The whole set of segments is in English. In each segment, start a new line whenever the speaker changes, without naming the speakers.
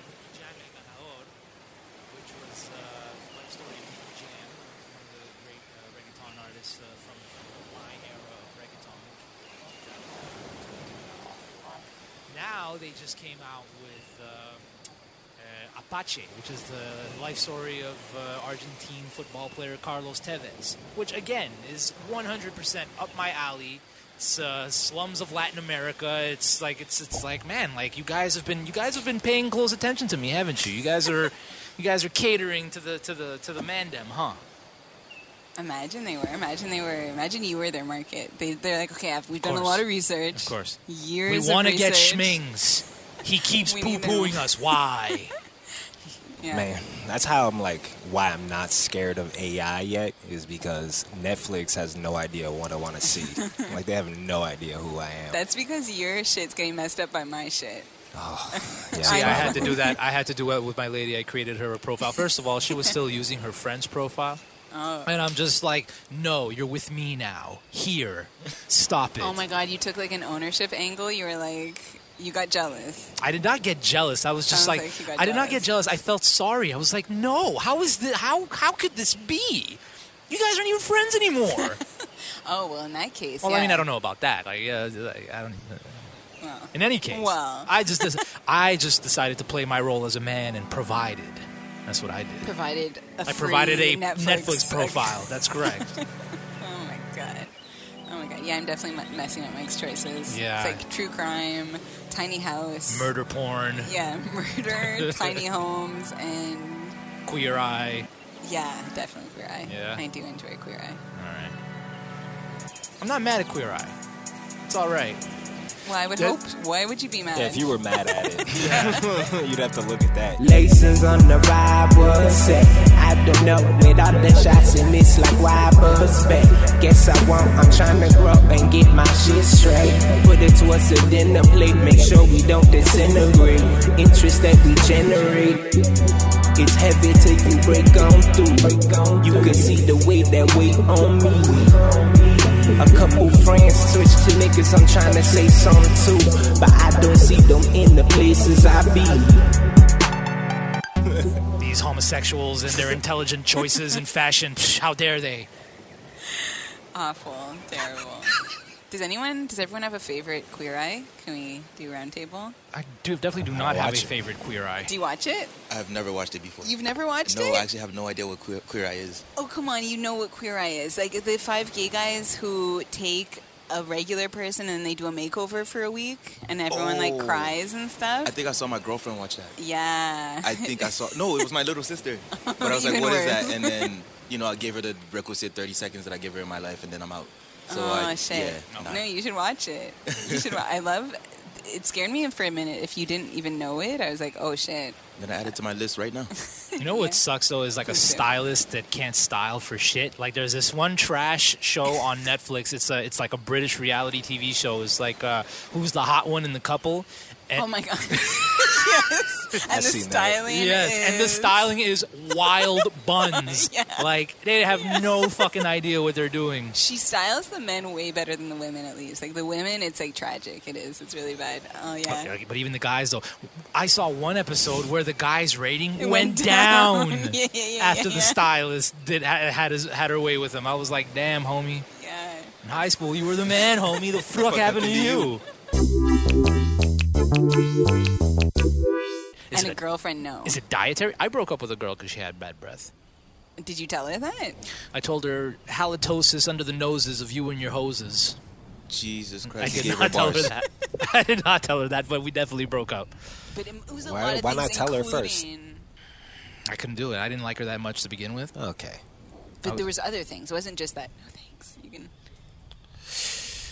uh, influence uh, from, from my era of reggaeton. Now they just came out with um, uh, Apache, which is the life story of uh, Argentine football player Carlos Tevez, which again is 100% up my alley. It's uh, slums of Latin America. It's like it's it's like man, like you guys have been you guys have been paying close attention to me, haven't you? You guys are you guys are catering to the to the to the mandem, huh?
Imagine they were. Imagine they were. Imagine you were their market. They, they're like, okay, I've, we've done a lot of
course.
research.
Of course.
Years
we want
of
to get
research.
Schmings. He keeps
We need
poo
them.
pooing us. Why?
Yeah.
Man, that's how I'm like why I'm not scared of AI yet is because Netflix has no idea what I want to see. like they have no idea who I am.
That's because your shit's getting messed up by my shit.
yeah,
See,
I
I
had to do that. I had to do it with my lady. I created her a profile. First of all, she was still using her friend's profile.
Oh.
And I'm just like, no, you're with me now. Here. Stop it.
Oh my god, you took like an ownership angle. You were like, you got jealous.
I did not get jealous. I was just
Sounds
like,
like you got
I did not get
jealous.
jealous. I felt sorry. I was like, no, how is this? How, how could this be? You guys aren't even friends anymore.
Oh well, in that case.
Well,
yeah.
I mean, I don't know about that. Like, uh, like, I don't.
Well.
in any case,
Well.
I just des- I just decided to play my role as a man and provided. That's what I did.
Provided. A
I provided
free
a Netflix, profile. That's correct.
Oh my god. Oh my god. Yeah, I'm definitely me- messing up Mike's choices.
Yeah.
It's like true crime, tiny house,
Murder porn,
Yeah, murder, tiny homes, and
queer eye.
yeah, definitely queer eye.
Yeah.
I do enjoy queer eye.
All right. I'm not mad at queer eye. It's all right.
Well, I would
That-
hope. Why would you be mad?
Yeah, if you were mad at it, you'd have to look at that.
Laces on the ride was set. I don't know with all the shots and miss like why was back. Guess I won't. I'm trying to grow and get my shit straight. Put it towards the dinner plate. Make sure we don't disintegrate. Interest that we generate. It's heavy till you break on through. You can see the weight that weight on me. A couple friends switch to niggas. I'm trying to say something too, but I don't see them in the places I be.
These homosexuals and their intelligent choices in fashion. Psh, how dare they?
Awful, terrible. does anyone? Does everyone have a favorite queer eye? Can we do roundtable?
I do definitely do not
I'll
have a
watch it.
favorite queer eye.
Do you watch it?
I've never watched it before.
You've never watched
no,
it?
I actually have no idea what Queer, queer Eye is.
Oh come on, you know what queer eye is? Like the five gay guys who take a regular person and they do a makeover for a week, and everyone like
Oh.
cries and stuff.
I think I saw my girlfriend watch that.
yeah.
I think I saw. No, it was my little sister. But I was like,
Even
"What is
worse.
that?" And then you know, I gave her the requisite 30 seconds that I give her in my life, and then I'm out. So
oh
I,
shit!
Yeah, nah.
No, you should watch it. You should. wa- I love. It scared me for a minute. If you didn't even know it, I was like, oh shit.
Then I add it to my list right now.
You know what sucks though is like a
Please do.
stylist that can't style for shit. Like there's this one trash show on Netflix. It's a it's like a British reality TV show. It's like uh, who's the hot one in the couple? And
Oh my god. yes. And the
seen that.
styling.
yes,
is...
and the styling is wild buns. Like they have no fucking idea what they're doing.
She styles the men way better than the women, at least. Like the women, it's like tragic. It is. It's really bad. Oh yeah.
But, but even the guys though, I saw one episode where the guys rating
It
went
went
down,
down. Yeah, yeah, yeah,
after
yeah,
the
yeah.
stylist did had had, his, had her way with them. I was like, damn, homie.
Yeah.
In high school, you were the man, homie. The fuck happened to you? Is
and a
it,
girlfriend, no.
is it dietary? I broke up with a girl because she had bad breath.
Did you tell her that?
I told her halitosis under the noses of you and your hoses.
Jesus
I
Christ!
did
gave
not tell her
bars.
that. I did not tell her that, but we definitely broke up.
But it it was a
Why-
lot of
why
things,
not tell her first?
including-
I couldn't do it. I didn't like her that much to begin with.
Okay.
But there was other things. It wasn't just that. No thanks. You can.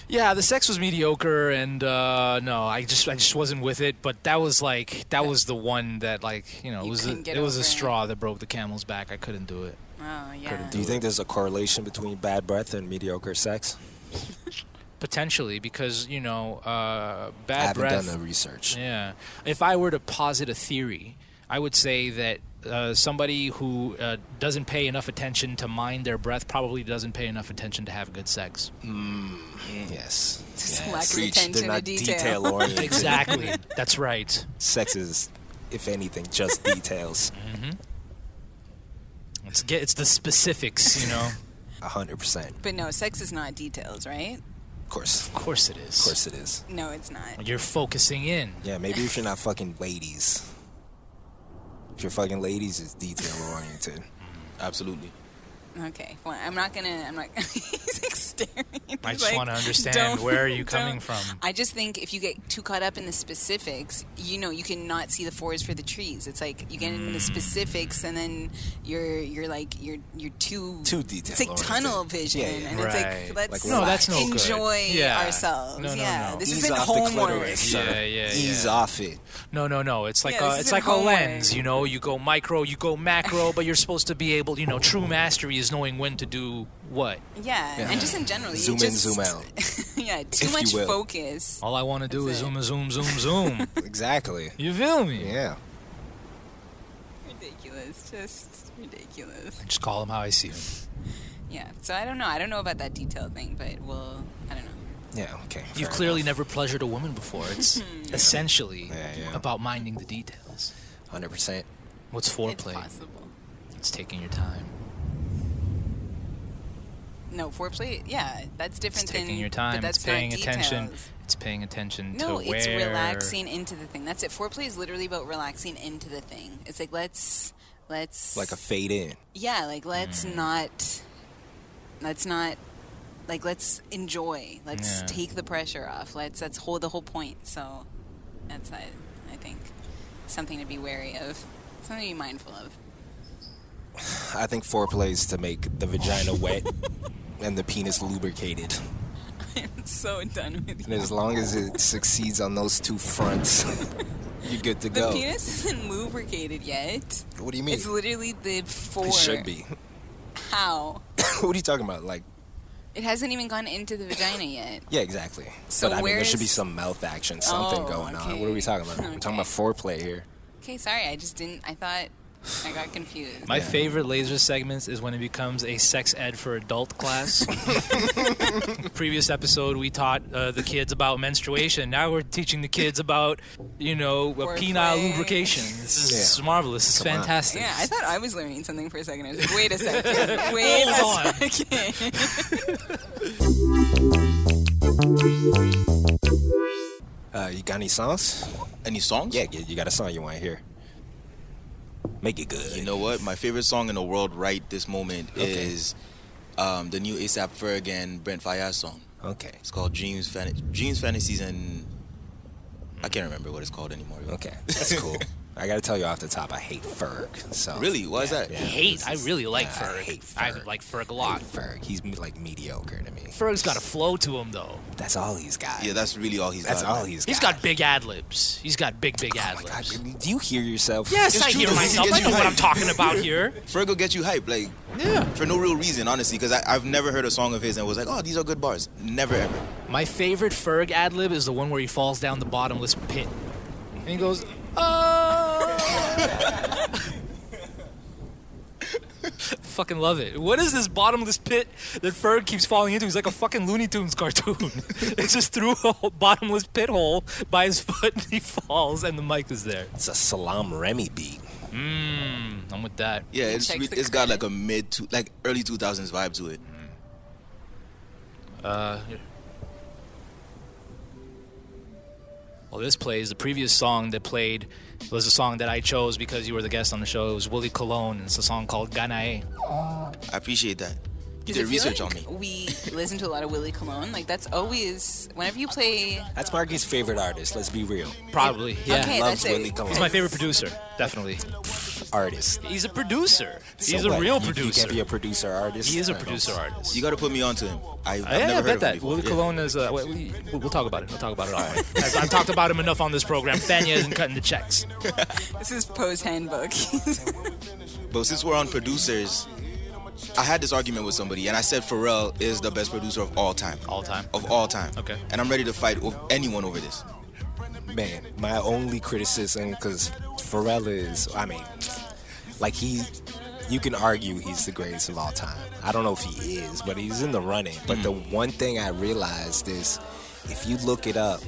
Yeah, the sex was mediocre, and uh, no, I just I just wasn't with it. But that was like that was the one that like you know it
You
was
couldn't
a,
get
it was a
over it.
straw that broke the camel's back. I couldn't do it.
Oh yeah.
Couldn't
Do you think there's a correlation between bad breath and mediocre sex?
potentially because you know uh,
I
bad
haven't
breath.
done the research.
Yeah. If I were to posit a theory, I would say that uh, somebody who uh, doesn't pay enough attention to mind their breath probably doesn't pay enough attention to have good sex.
Yes.
Just
yes.
lack of
Preach.
attention to
They're not
detail.
oriented.
Exactly. That's right.
Sex is, if anything, just details.
It's get it's the specifics, you know.
hundred percent.
But no, sex is not details, right?
Of course, of
Of course it is. Of
course it is.
No, it's not.
You're focusing in.
Yeah, maybe if you're not fucking ladies. If you're fucking ladies, it's detail oriented.
Absolutely.
Okay, well, I'm not gonna. I'm not. he's like staring.
I
He's
just
like,
want to understand
"Don't-
where are you coming
don't."
from.
I just think if you get too caught up in the specifics, you know, you cannot see the forest for the trees. It's like you get into
Mm.
the specifics, and then you're you're like you're you're too
Too detailed.
It's like tunnel vision,
Yeah, yeah.
and it's
Right.
like let's
Like, No,
that's no good.
enjoy
Yeah.
ourselves.
No, no,
yeah,
no.
this
Ease
isn't
off the
homework.
clitoris, sir.
Yeah, yeah,
Ease
yeah.
off it.
No, no, no. It's like
Yeah, this
a, it's
isn't
like a
homework.
lens. You know, you go micro, you go macro, but you're supposed to be able. You know, true mastery is knowing when to do what.
Yeah, and just in general, you
Zoom in,
just,
zoom out.
yeah, too
if you
much
will.
focus.
All I want to do
That's
is
it.
zoom, zoom, zoom, zoom.
Exactly.
you feel me?
Yeah.
Ridiculous, just ridiculous.
I Just call them how I see them.
Yeah, so I don't know. I don't know about that detail thing, but we'll. I don't know.
Yeah. Okay. fair
You've
enough.
clearly never pleasured a woman before. It's essentially
Yeah, yeah.
about minding the details.
100%.
What's
It's
foreplay? It's,
possible.
taking your time.
No, foreplay. Yeah, that's
It's
different than.
taking your
But
time.
that's
It's paying
not
attention.
details.
It's paying attention
No,
to where.
it's relaxing into the thing. That's it. Foreplay is literally about relaxing into the thing. It's like let's let's
Like a fade in.
yeah, like let's not let's not like let's enjoy. Let's
Yeah.
take the pressure off. Let's let's hold the whole point. So that's I, I think something to be wary of. Something to be mindful of.
I think foreplay is to make the vagina wet and the penis lubricated.
I'm so done with
And
you.
as long as it succeeds on those two fronts, you're good to
The
go.
penis isn't lubricated yet.
What do you mean?
It's literally the four.
It should be.
How?
what are you talking about? Like,
It hasn't even gone into the vagina yet.
yeah, exactly.
So
but I mean, there
where's-
should be some mouth action, something
Oh,
going on. What are
okay.
we talking about? We're talking about
Okay.
foreplay here.
Okay, sorry. I just didn't. I thought I got confused.
My favorite laser segments is when it becomes a sex ed for adult class. Previous episode, we taught uh, the kids about menstruation. Now we're teaching the kids about, you know, uh, penile
Foreplay.
lubrication. This is
Yeah.
marvelous. It's
Come on.
fantastic.
yeah, I thought I was learning something for a second. I was like, wait a second. Wait
Hold on.
a second.
Uh, you got any songs?
Any songs?
Yeah, yeah, you got a song you want to hear. Make it good.
You know what? My favorite song in the world right this moment
Okay.
is um, the new ASAP Ferg and Brent Fayez song.
Okay.
It's called Dreams, Fan- Dreams, Fantasies, and I can't remember what it's called anymore.
Okay. That's cool. I got to tell you off the top, I hate Ferg. So
Really? Why is that?
I hate. I really like
Yeah, I
Ferg. I,
hate Ferg.
like Ferg a
I
lot.
hate Ferg. He's like mediocre to me.
Ferg's got a flow to him though.
That's all he's got.
Yeah, that's really all he's
That's
got.
all he's got.
He's got big ad libs. He's got big big
Oh
ad
my God,
libs.
do you hear yourself?
Yes,
It's
I
true,
hear
though. He
myself.
gets
I know
you
what
hyped.
I'm talking about here.
Ferg will get you hype, like yeah, for no real reason, honestly. Because I've never heard a song of his and was like, oh, these are good bars. Never ever.
My favorite Ferg ad lib is the one where he falls down the bottomless pit, and he goes, "Oh." fucking love it. What is this bottomless pit that Ferg keeps falling into? He's like a fucking Looney Tunes cartoon. they just threw a whole bottomless pit hole by his foot, and he falls, and the mic is there.
It's a Salam Remy beat.
I'm with that.
Yeah, it's
Check
re-
the
it's got like a mid to like early two thousands vibe to it.
Well, this plays the previous song that played was a song that I chose because you were the guest on the show. It was Willie Colon, and it's a song called Ganae.
I appreciate that. You
Does it
did
feel
research
like
on me.
We listen to a lot of Willie Colon. Like that's always whenever you play.
That's Marky's favorite artist. Let's be real.
Probably, yeah.
okay,
loves
that's it.
Willie Colon.
He's my favorite producer, definitely.
Artist.
He's a producer. He's
So
a
what?
real
You- You
producer.
can be a producer artist.
he is
I
a
don't-
producer artist.
You got to put me on to him. I, I've
yeah,
never
I
heard
bet
of him
that.
before.
Willie
Yeah.
Colon is. Uh, wait, we, we'll talk about it. We'll talk about it. All right. I've, I've talked about him enough on this program. Fanya isn't cutting the checks.
This is Poe's handbook.
But since we're on producers, I had this argument with somebody, and I said Pharrell is the best producer of all time.
All time.
Of all time.
Okay.
And I'm ready to fight with anyone over this.
Man, my only criticism, because Pharrell is, I mean, like he, you can argue he's the greatest of all time. I don't know if he is, but he's in the running. But the
Mm.
one thing I realized is if you look it up,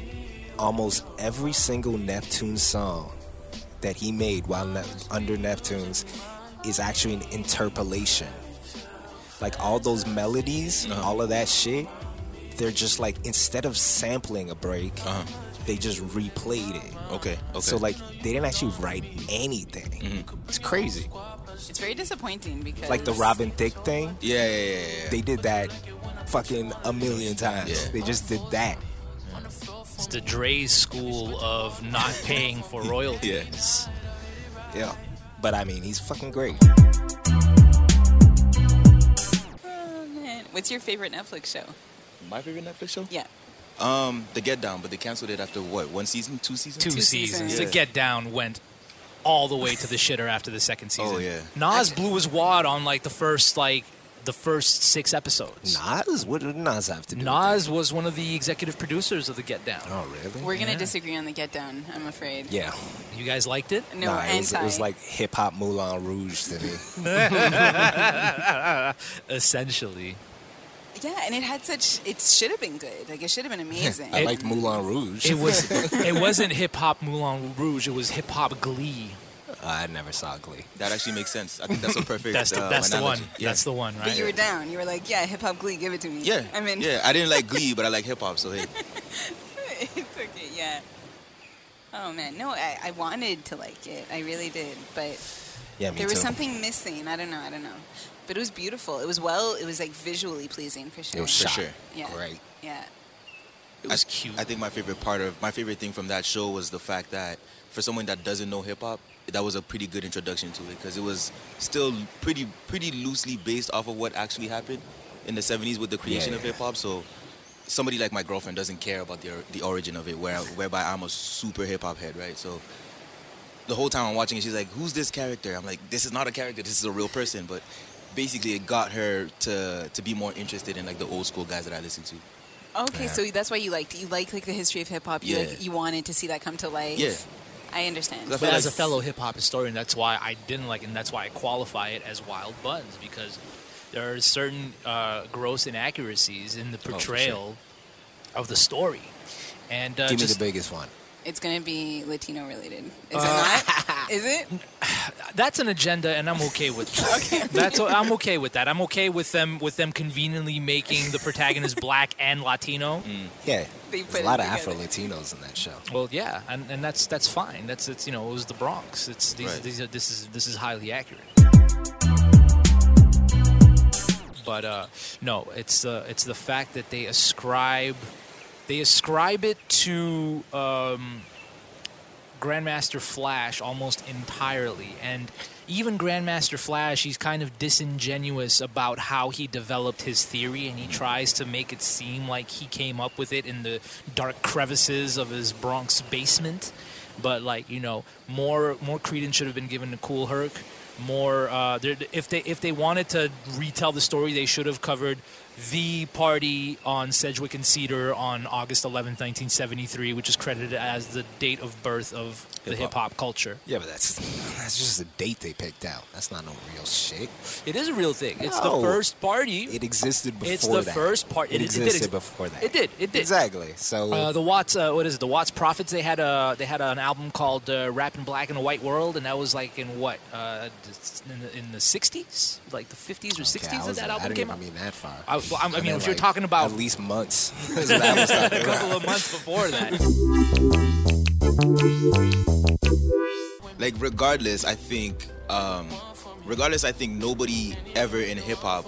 almost every single Neptune song that he made while ne- under Neptune's is actually an interpolation like all those melodies,
Uh-huh.
all of that shit, they're just like instead of sampling a break,
Uh-huh.
they just replayed it.
Okay. Okay.
So like they didn't actually write anything. It's crazy.
It's very disappointing because
Like the Robin Thicke thing,
Yeah, yeah, yeah, yeah, yeah.
they did that fucking a million times.
Yeah.
They just did that.
It's the Dre's school of not paying for royalties.
Yeah. But I mean, he's fucking great.
Oh, man. What's your favorite Netflix show?
My favorite Netflix show?
Yeah.
Um, The Get Down, but they canceled it after what? One season? Two seasons?
Two,
Two
seasons.
seasons.
The
Yeah.
Get Down went all the way to the shitter after the second season.
Oh, yeah.
Nas blew his wad on like the first like the first six episodes.
Nas? What did Nas have to do? With
Nas was one of the executive producers of the Get Down.
it? Oh, really?
We're gonna
Yeah.
disagree on the Get Down. I'm afraid.
yeah.
You guys liked it?
No,
nah,
anti.
it was, it was like hip hop Moulin Rouge to me.
Essentially.
yeah, and it had such. It should have been good. Like it should have been amazing.
I
It-
liked Moulin Rouge.
It was it wasn't hip hop Moulin Rouge, it was hip hop glee.
I never saw Glee.
That actually makes sense. I think that's a perfect
That's the,
uh,
that's the one.
analogy. Yeah.
That's the one, right?
but you were down. You were like, yeah, hip hop Glee, give it to me.
Yeah.
I mean,
Yeah, I didn't like Glee, but I like hip hop, so hey.
it's okay. Yeah. Oh man, no, I, I wanted to like it. I really did, but
Yeah, me
there
too.
was something missing. I don't know. I don't know. But it was beautiful. It was well. It was like visually pleasing for sure.
it was
For
shot.
sure.
Yeah.
Great.
Yeah.
It was
I,
cute.
I think my favorite part of my favorite thing from that show was the fact that for someone that doesn't know hip hop, that was a pretty good introduction to it because it was still pretty pretty loosely based off of what actually happened in the '70s with the creation of
yeah.
hip hop. So somebody like my girlfriend doesn't care about the or- the origin of it, where whereby I'm a super hip hop head, right? So the whole time I'm watching it, she's like, "Who's this character?" I'm like, "This is not a character. This is a real person." But basically, it got her to to be more interested in like the old school guys that I listen to.
Okay,
Yeah.
so that's why you liked it. You like like the history of hip hop. You
Yeah.
like, you wanted to see that come to life.
Yeah.
I understand.
That's-
But
feel
as a
like-
fellow hip hop historian, that's why I didn't like, it, and that's why I qualify it as wild buns because there are certain uh, gross inaccuracies in the
sure.
portrayal of the story. And uh,
Give me
just-
the biggest one.
It's gonna be Latino related. Is
Uh,
it not? Is it?
that's an agenda, and I'm okay with that. That's I'm okay with that. I'm okay with them with them conveniently making the protagonist black and Latino.
Yeah.
They put
There's a
it
lot of
together.
Afro Latinos in that show.
Well, yeah, and, and that's that's fine. That's it's you know it was the Bronx. It's these,
Right.
these are, this is this is highly accurate. But uh, no, it's the it's the fact that they ascribe they ascribe it to um, Grandmaster Flash almost entirely, and even Grandmaster Flash, he's kind of disingenuous about how he developed his theory, and he tries to make it seem like he came up with it in the dark crevices of his Bronx basement. But like you know, more more credence should have been given to Cool Herc. More, uh, there- if they if they wanted to retell the story, they should have covered the party on Sedgwick and Cedar on August 11th, 1973, which is credited as the date of birth of the
Hip-hop.
hip hop culture.
Yeah, but that's that's just a date they picked out. That's not no real shit.
It is a real thing. It's
No.
the first party.
It existed before
it's the
that.
first part.
It,
it is- it did
existed
ex-
before that.
It did. It did.
Exactly. So
Uh, the Watts, uh, what is it? The Watts Prophets. They had a they had an album called uh, "Rap in Black and a White World," and that was like in what uh, in the in the '60s, like the '50s or
okay, I
'60s that
was-
that
I
album
didn't
came
even
out.
mean that far.
I, well, I'm- I mean,
meant,
if you're
like,
talking about
at least months. That's what I was talking
a
about.
couple of months before that,
like regardless i think um regardless i think nobody ever in hip-hop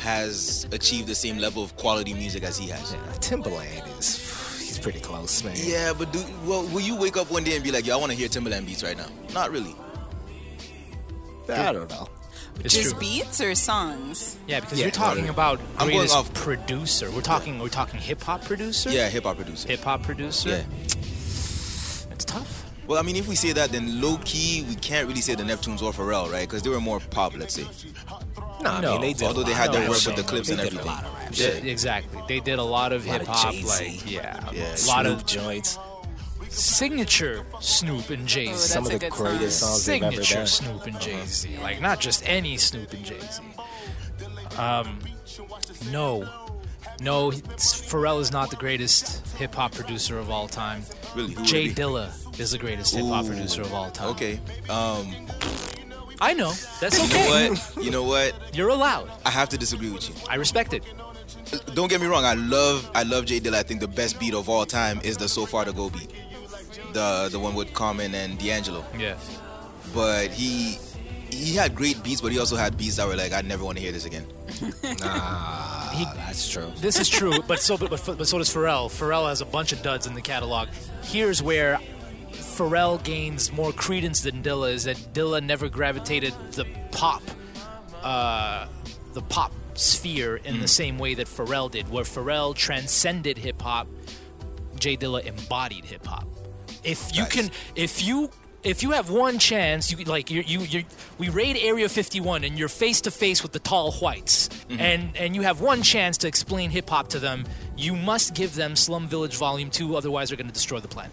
has achieved the same level of quality music as he has
Yeah, Timbaland is he's pretty close, man.
yeah but do well will you wake up one day and be like yo i want to hear timbaland beats right now not really
I don't know.
it's
Just
true.
beats or songs?
Yeah, because
Yeah,
you're talking
no, no.
about
I'm going
greatest
off-
producer. We're talking we're talking hip hop producer.
yeah hip-hop producer
Hip hop producer.
yeah
It's tough.
well i mean if we say that then low-key we can't really say the neptunes or pharrell right because they were more pop let's say
No, I
No.
mean they did. a
although they
lot
had
of
their
rap
work
shit.
with the clips
They
and
did
everything
a lot of rap
Yeah.
shit.
Exactly. They did a lot of
lot
hip
of
hop
Jay-Z.
like yeah. A
Yeah,
lot
Snoop
of
joints.
signature Snoop and Jay
Oh,
Z.
that's
Some
a
of the
good song.
greatest songs they've ever
signature
done.
Snoop and Jay Z. Like not just any Snoop and Jay Z. Um, no, no, it's- Pharrell is not the greatest hip hop producer of all time.
Really? Who would
Jay
it be?
Dilla is the greatest hip hop
Ooh.
producer of all time.
okay um
I know. That's
You know
okay.
what? You know what?
You're allowed.
I have to disagree with you.
I respect it.
Don't get me wrong. I love I love J Dilla. I think the best beat of all time is the So Far to Go beat, the the one with Common and D'Angelo.
Yeah.
But he he had great beats, but he also had beats that were like I never want to hear this again.
He,
That's true.
this is true, but so but, but but so does Pharrell. Pharrell has a bunch of duds in the catalog. Here's where Pharrell gains more credence than Dilla is that Dilla never gravitated the pop, uh, the pop sphere in the same way that Pharrell did. Where Pharrell transcended hip hop, Jay Dilla embodied hip hop. If you
Nice.
can, if you. If you have one chance, you like you you you we raid Area 51 and you're face to face with the tall whites,
Mm-hmm.
and and you have one chance to explain hip hop to them. You must give them Slum Village Volume Two, otherwise they're going to destroy the planet.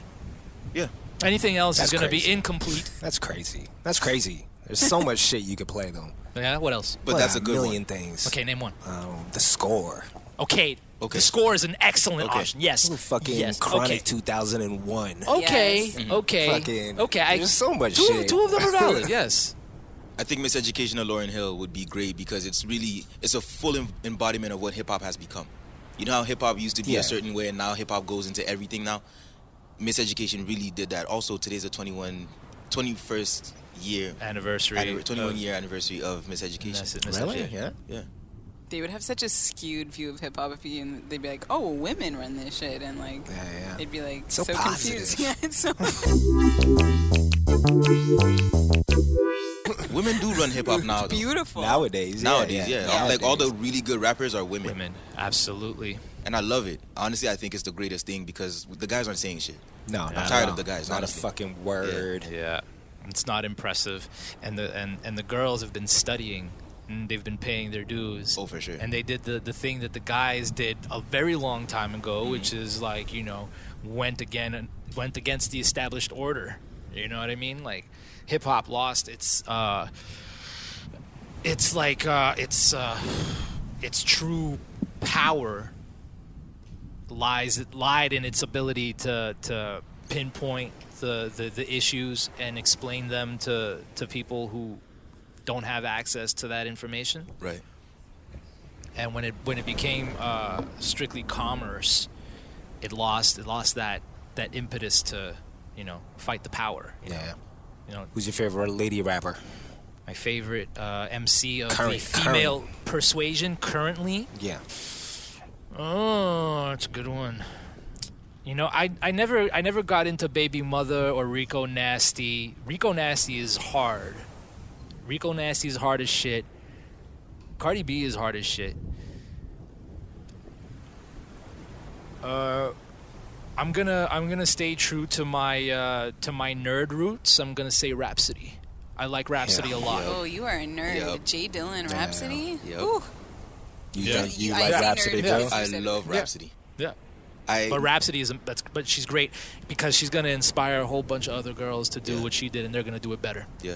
Yeah.
Anything else
That's
is going to be
crazy.
incomplete.
That's crazy. That's crazy. There's so much shit you could play though.
Yeah, what else?
But
Well,
that's a good
million
one.
things.
Okay, name one.
Um, the score.
Okay.
Okay.
The score is an excellent
Okay.
option. Yes.
Fucking
yes.
Chronic
Okay. Oh,
2001.
Okay.
Yes.
Okay.
Fucking-
okay. I,
there's so much
two,
shit.
Two of them are valid. yes.
I think Miseducation of Lauren Hill would be great because it's really it's a full em- embodiment of what hip hop has become. You know how hip hop used to be
Yeah.
a certain way, and now hip hop goes into everything. Now, Miseducation really did that. Also, today's the 21, 21st year
Anniversary.
anniver- 21
of-
year anniversary of
Mis-
Miseducation.
mis-
Really?
Yeah.
Yeah.
They would have such a skewed view of hip hop if you, and they'd be like, "Oh, women run this shit," and like,
Yeah, yeah.
they'd be like
So
so, confused.
positive.
Yeah, it's so
Women do run hip hop now. though.
beautiful.
Nowadays. Yeah,
Nowadays, yeah. Like all the
Nowadays.
really good rappers are women.
Women. Absolutely.
And I love it. Honestly, I think it's the greatest thing because the guys aren't saying shit.
No,
I'm
not at
tired of
all.
the guys,
Not
honestly.
a fucking word.
Yeah. It's not impressive, and the and, and the girls have been studying. And they've been paying their dues.
Oh, for sure.
And they did the, the thing that the guys did a very long time
Mm.
ago, which is like you know went again and went against the established order. You know what I mean? Like hip hop lost its uh, it's like uh, it's uh, its true power lies it lied in its ability to to pinpoint the, the the issues and explain them to to people who don't have access to that information
Right.
and when it when it became uh, strictly commerce it lost it lost that that impetus to you know fight the power you know?
Yeah.
you know
Who's your favorite lady rapper?
my favorite uh, MC of the
Current-
female persuasion currently
Yeah.
Oh, that's a good one. You know, I, I never I never got into Baby Mother or Rico Nasty. Rico Nasty is hard. Rico Nasty is hard as shit. Cardi B is hard as shit. Uh, I'm gonna I'm gonna stay true to my uh, to my nerd roots. I'm gonna say Rhapsody. I like Rhapsody a lot.
Oh, you are a nerd.
Yep.
Jay Dillon, Rhapsody.
Yep.
Ooh,
You,
Yeah.
think- you
I
like
see
Rhapsody
nerd
Joe?
music.
I
said it.
love
Yeah.
Rhapsody.
Yeah.
I
But Rhapsody is that's but she's great because she's gonna inspire a whole bunch of other girls to do
Yeah.
what she did and they're gonna do it better.
yeah.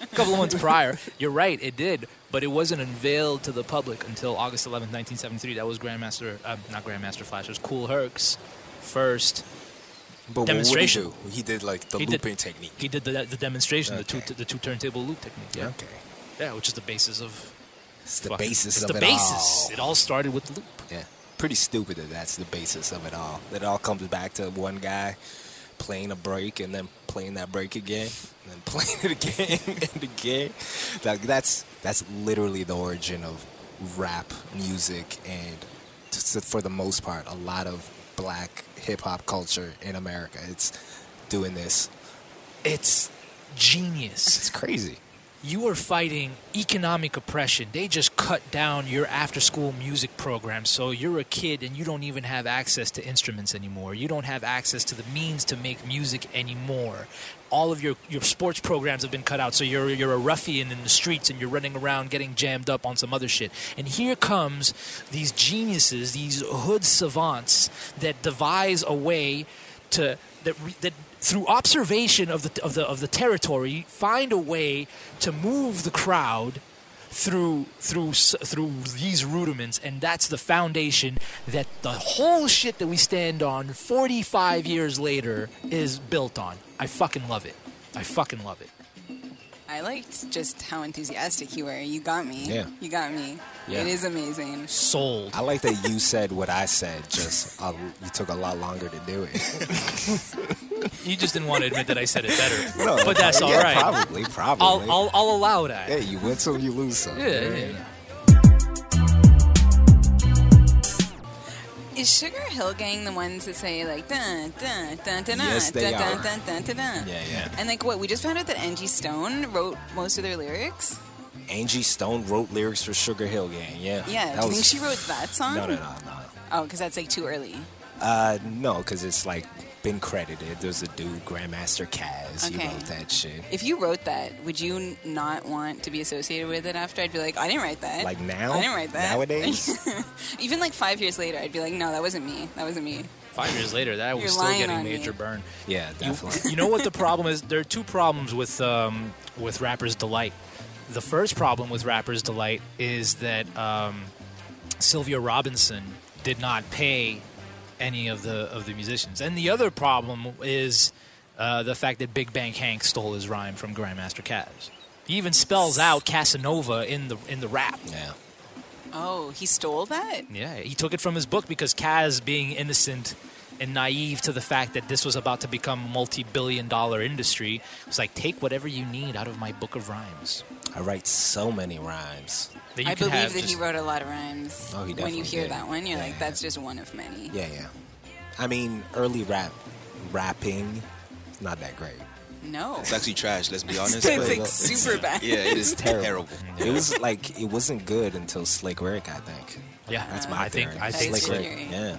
A couple of months prior, you're right, it did, but it wasn't unveiled to the public until August 11th, 1973. That was Grandmaster, uh, not Grandmaster Flash, it was Cool Herc's first.
But what
Demonstration.
Would he, do? he did like the
He did-
looping technique.
He did the, the demonstration, the
Okay.
two the two turntable loop technique. Yeah,
Okay.
yeah, which is the basis of
It's the
fucking-
basis
it's
of
the
it
basis.
all.
It all started with loop.
Yeah. Pretty stupid that that's the basis of it all. That it all comes back to one guy playing a break and then playing that break again and then playing it again and again. Like that's that's literally the origin of rap music and just for the most part a lot of black hip hop culture in America. It's doing this.
It's genius.
It's crazy.
you are fighting economic oppression. They just cut down your after school music program. So you're a kid and you don't even have access to instruments anymore. You don't have access to the means to make music anymore. All of your, your sports programs have been cut out. So you're, you're a ruffian in the streets and you're running around getting jammed up on some other shit. And here comes these geniuses, these hood savants that devise a way to that re, that through observation of the of the of the territory find a way to move the crowd through through s- through these rudiments and that's the foundation that the whole shit that we stand on 45 years later is built on. I fucking love it. I fucking love it.
I liked just how enthusiastic you were. You got me.
Yeah.
You got me.
Yeah.
It is amazing.
Sold.
I like that you said what I said. Just uh, you took a lot longer to do it.
You just didn't want to admit that I said it better.
No,
but that's all
yeah,
right.
Probably, probably.
I'll, I'll, I'll allow that.
yeah, you win some, you lose some.
Yeah, yeah, yeah.
Is Sugar Hill Gang the ones that say like dun dun dun dun
Yes,
dun,
they
dun,
are.
dun dun dun dun?
Yeah, yeah.
And like what? We just found out that Angie Stone wrote most of their lyrics.
Angie Stone wrote lyrics for Sugar Hill Gang. Yeah,
Yeah. Do
That
you
was-
think she wrote that song?
No, no, no, no.
Oh, because that's like too early.
Uh, no, because it's like been credited. There's a dude, Grandmaster Caz. He
Okay.
wrote that shit.
If you wrote that, would you n- not want to be associated with it after? I'd be like, I didn't write that.
Like now,
I didn't write that.
Nowadays,
Even like five years later, I'd be like, no, that wasn't me. That wasn't me.
Five years later, that
You're
was still
lying
getting
on me.
major burn.
yeah, definitely.
You know what the problem is? There are two problems with um, with rappers delight. The first problem with rappers delight is that um, Sylvia Robinson did not pay any of the of the musicians, and the other problem is uh, the fact that Big Bang Hank stole his rhyme from Grandmaster Caz. He even spells out Casanova in the in the rap.
yeah,
Oh, he stole that.
Yeah, he took it from his book because Kaz, being innocent and naive to the fact that this was about to become a multi-billion dollar industry, was like, take whatever you need out of my book of rhymes.
I write so many rhymes.
That you
I
could
believe
have
that he
just-
wrote a lot of rhymes.
Oh, he
When you
definitely
hear
did.
that one, you're
Yeah,
like,
yeah.
that's just one of many.
Yeah, yeah. I mean, early rap, rapping, not that great.
No.
It's actually trash. Let's be honest.
It's
but-
like super bad.
yeah, it is terrible.
It was like it wasn't good until Slick Rick, I think.
Yeah,
That's my
I think
theory.
I
That
think
is
Slick
so.
true.
Rick. Yeah,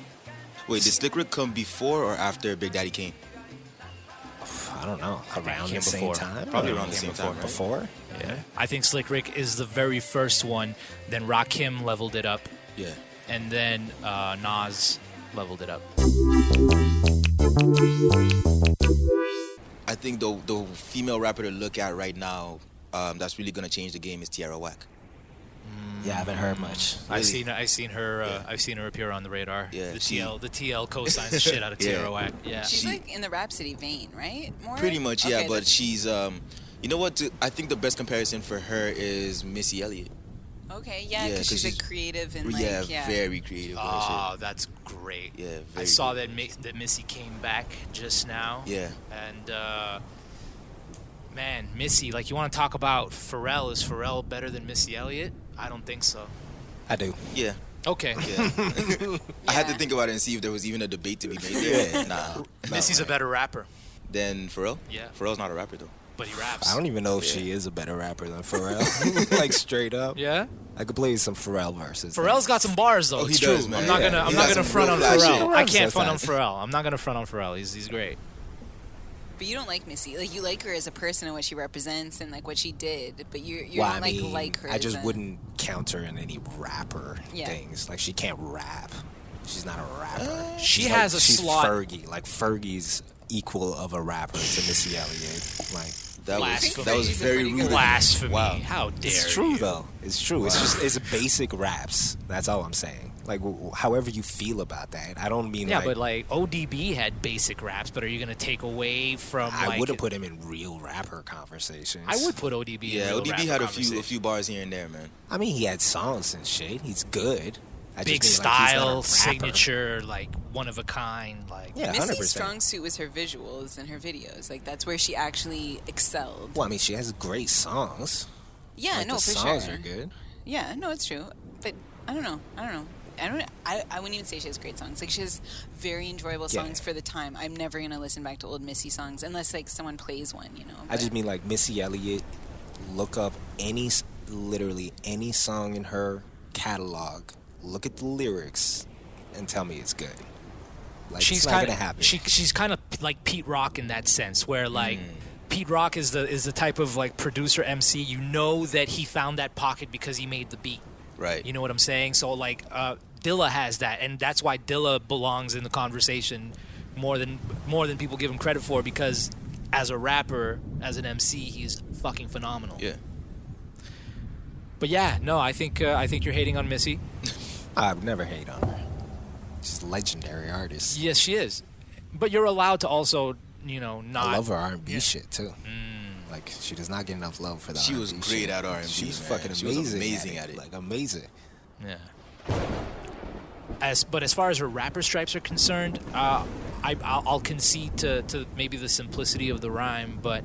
Wait, did Slick Rick come before or after Big Daddy Kane?
I don't know. Around
came
the same
before.
time,
Probably
Or
around the same
before-
time, right?
Before,
Yeah. I think Slick Rick is the very first one. Then Rakim leveled it up,
Yeah.
and then uh, Nas leveled it up.
I think the the female rapper to look at right now, um, that's really gonna change the game is Tierra Whack.
yeah, I haven't heard much.
I've
Really?
seen I've seen her uh,
Yeah.
I've seen her appear on the radar.
Yeah,
the
she-
TL the TL cosigns the shit out of
Yeah.
Tierra Whack. Yeah.
She's
She-
like in the Rhapsody vein, right? More?
Pretty much, yeah.
Okay,
but
that's-
she's, um, you know what? To, I think the best comparison for her is Missy Elliott.
Okay, yeah,
Yeah,
because
'cause
she's, like
she's-
creative and like,
yeah,
yeah.
very creative. with her shit.
Oh, that's great.
Yeah,
I
very
saw
good.
that Mi- that Missy came back just now.
Yeah.
And uh, man, Missy, like you want to talk about Pharrell? Is Pharrell better than Missy Elliott? I don't think so.
I do.
Yeah,
Okay.
yeah. I had to
Yeah.
think about it and see if there was even a debate to be made. There. Nah.
Missy's a
better.
better rapper,
Then Pharrell.
Yeah.
Pharrell's not a rapper though.
but he raps.
I
e-,
don't even know if she is a better rapper than Pharrell. like straight up.
yeah.
I could play some Pharrell verses.
Pharrell's got some bars though.
Oh, he
it's
does,
true.
man.
I'm not
Yeah.
gonna. I'm
He
not
got
gonna
some
front
real
on
flash
Pharrell.
shit.
I can't
Pharrell's
front on
got
Pharrell. I'm not gonna front on Pharrell. He's he's great.
But you don't like Missy. Like you like her as a person and what she represents and like what she did, but you you
Well,
don't
I
like
mean,
like her.
I
as
just
a-
wouldn't count her in any rapper
Yeah.
things. Like she can't rap. She's not a rapper.
she
She's
has
like,
a
she's
slot-
Fergie. Like Fergie's equal of a rapper to Missy Elliott. Like
That
Blasphemy.
was that was
He's a
very
pretty
rude.
good
of you.
Blasphemy!
Wow.
How dare
it's true
you?
though. It's true. It's just it's basic raps. That's all I'm saying. Like w- w- however you feel about that. I don't mean
Yeah,
like,
but like ODB had basic raps, but are you gonna take away from?
I
like,
would have put him in real rapper conversations.
I would put ODB.
Yeah,
in real
ODB
rapper
had a few a
conversation.
few bars here and there, man.
I mean, he had songs and shit. He's good. I just mean,
big
like, he's not a
style,
rapper.
signature, like one of a kind. Like
Yeah, hundred
Missy's
percent.
strong suit was her visuals and her videos. Like that's where she actually excelled.
Well, I mean, she has great songs.
Yeah,
Like,
no,
the
for
songs
sure.
are good.
Yeah, no, it's true. But I don't know. I don't know. I don't. I, I wouldn't even say she has great songs. Like she has very enjoyable
Yeah.
songs for the time. I'm never gonna listen back to old Missy songs unless like someone plays one. You know.
I just mean like Missy Elliott. Look up any, s- literally any song in her catalog. Look at the lyrics, and tell me it's good. Like it's not
kinda-
gonna happen.
She she's kind of like Pete Rock in that sense, where like.
Mm.
Pete Rock is the is the type of like producer MC. You know that he found that pocket because he made the beat.
Right.
You know what I'm saying? So like uh, Dilla has that, and that's why Dilla belongs in the conversation more than more than people give him credit for because as a rapper, as an MC, he's fucking phenomenal.
Yeah.
But yeah, no, I think uh, I think you're hating on Missy.
I would never hate on her. She's a legendary artist.
Yes, she is. But you're allowed to also you know, not.
I love her R&B
Yeah. Mm.
shit too. Like she does not get enough love for that.
She was great at R&B,
She was
man.
fucking
She was
amazing.
amazing
at
at
it.
it.
Like amazing.
Yeah. As but as far as her rapper stripes are concerned, uh, I I'll, I'll concede to, to maybe the simplicity of the rhyme, but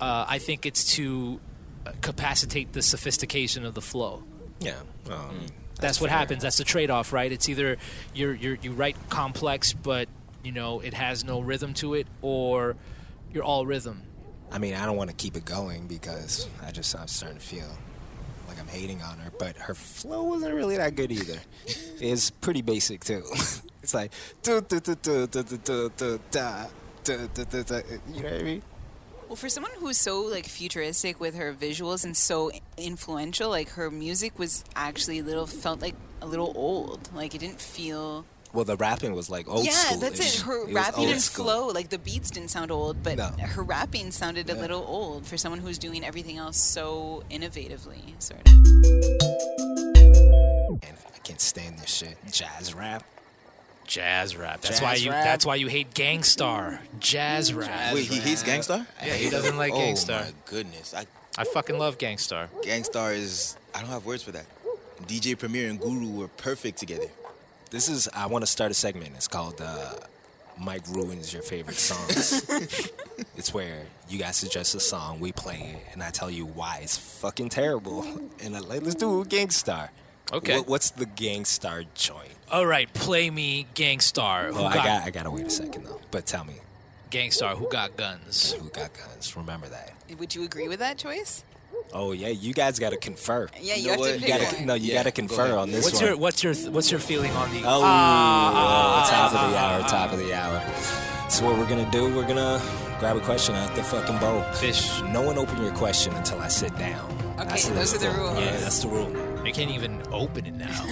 uh, I think it's to uh, capacitate the sophistication of the flow.
Yeah. Um,
Mm.
That's, what
fair.
happens. That's the trade-off, right? It's either you're, you're you write complex, but you know it has no rhythm to it, or you're all rhythm.
I mean, I don't want to keep it going because I just I'm starting to feel like I'm hating on her, but her flow wasn't really that good either. it's pretty basic too. it's like du- du- du- du- du- du- du- du- da, du- du- du- du- you know what I mean?
Well, for someone who's so like futuristic with her visuals and so influential, like her music was actually a little felt like a little old. Like it didn't feel.
Well, the rapping was like old
yeah,
school.
that's it. Her rapping and flow, like the beats didn't sound old, but
No.
her rapping sounded a
Yeah.
little old for someone who's doing everything else so innovatively, sort of.
And I can't stand this shit. Jazz rap.
Jazz rap. That's
Jazz
why you.
rap.
That's why you hate Gangstar. Jazz rap.
Wait, he hates Gangstar?
Yeah, he doesn't like
oh
Gangstar.
my goodness. I,
I fucking love Gangstar.
Gangstar is. I don't have words for that. DJ Premier and Guru were perfect together.
This is I want to start a segment. It's called uh, Mike ruins your favorite songs. it's where you guys suggest a song, we play it, and I tell you why it's fucking terrible. And I like let's do Gangstar.
Okay.
What, what's the Gangstar joint?
All right, play me Gangstar. Who
Well, I
got,
got I gotta wait a second though. But tell me,
Gangstar? Who got guns?
who got guns? Remember that.
Would you agree with that choice?
Oh yeah, you guys gotta confer.
Yeah, you,
know
have
what?
to
You
pick
You gotta
one.
no, you
Yeah,
gotta
go
confer
ahead.
on this
What's
one.
your What's your What's your feeling on the?
Oh,
Ah,
top of the hour, top of the hour. So what we're gonna do? We're gonna grab a question out the fucking bowl.
Fish.
No one open your question until I sit down.
Okay,
That's the-
those are the rules.
Yeah, that's the rule.
I can't even open it now.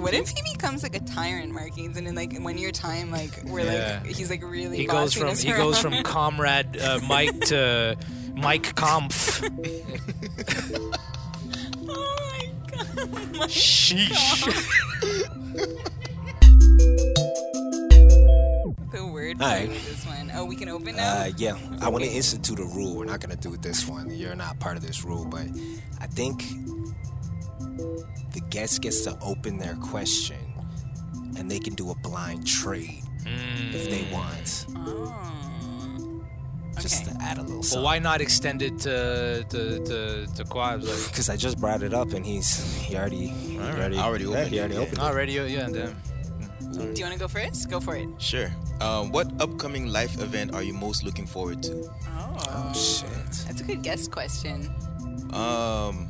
What if he becomes like a tyrant, Markings, and in like one year time, like we're
Yeah.
like he's like really
he goes
bossing
from
us
he goes
around.
from comrade uh, Mike to Mike Kampf.
Oh my god.
Sheesh.
The word
All
for
right.
this one. Oh, we can open now?
Uh, yeah, I want to institute a rule. We're not gonna do this one. You're not part of this rule, but I think the guest gets to open their question, and they can do a blind trade if
Hmm.
they want.
Oh.
Just
Okay.
to add a little
well,
something.
why not extend it to to to, to Quabs? Like,
Because I just brought it up and he's he already he already,
I already
yeah,
opened
he
it,
already
yeah.
opened
not radio, yeah, damn.
Do you want to go first? Go for it.
Sure. Um, what upcoming life event are you most looking forward to?
Oh.
it. Shit.
That's a good guest question.
Um,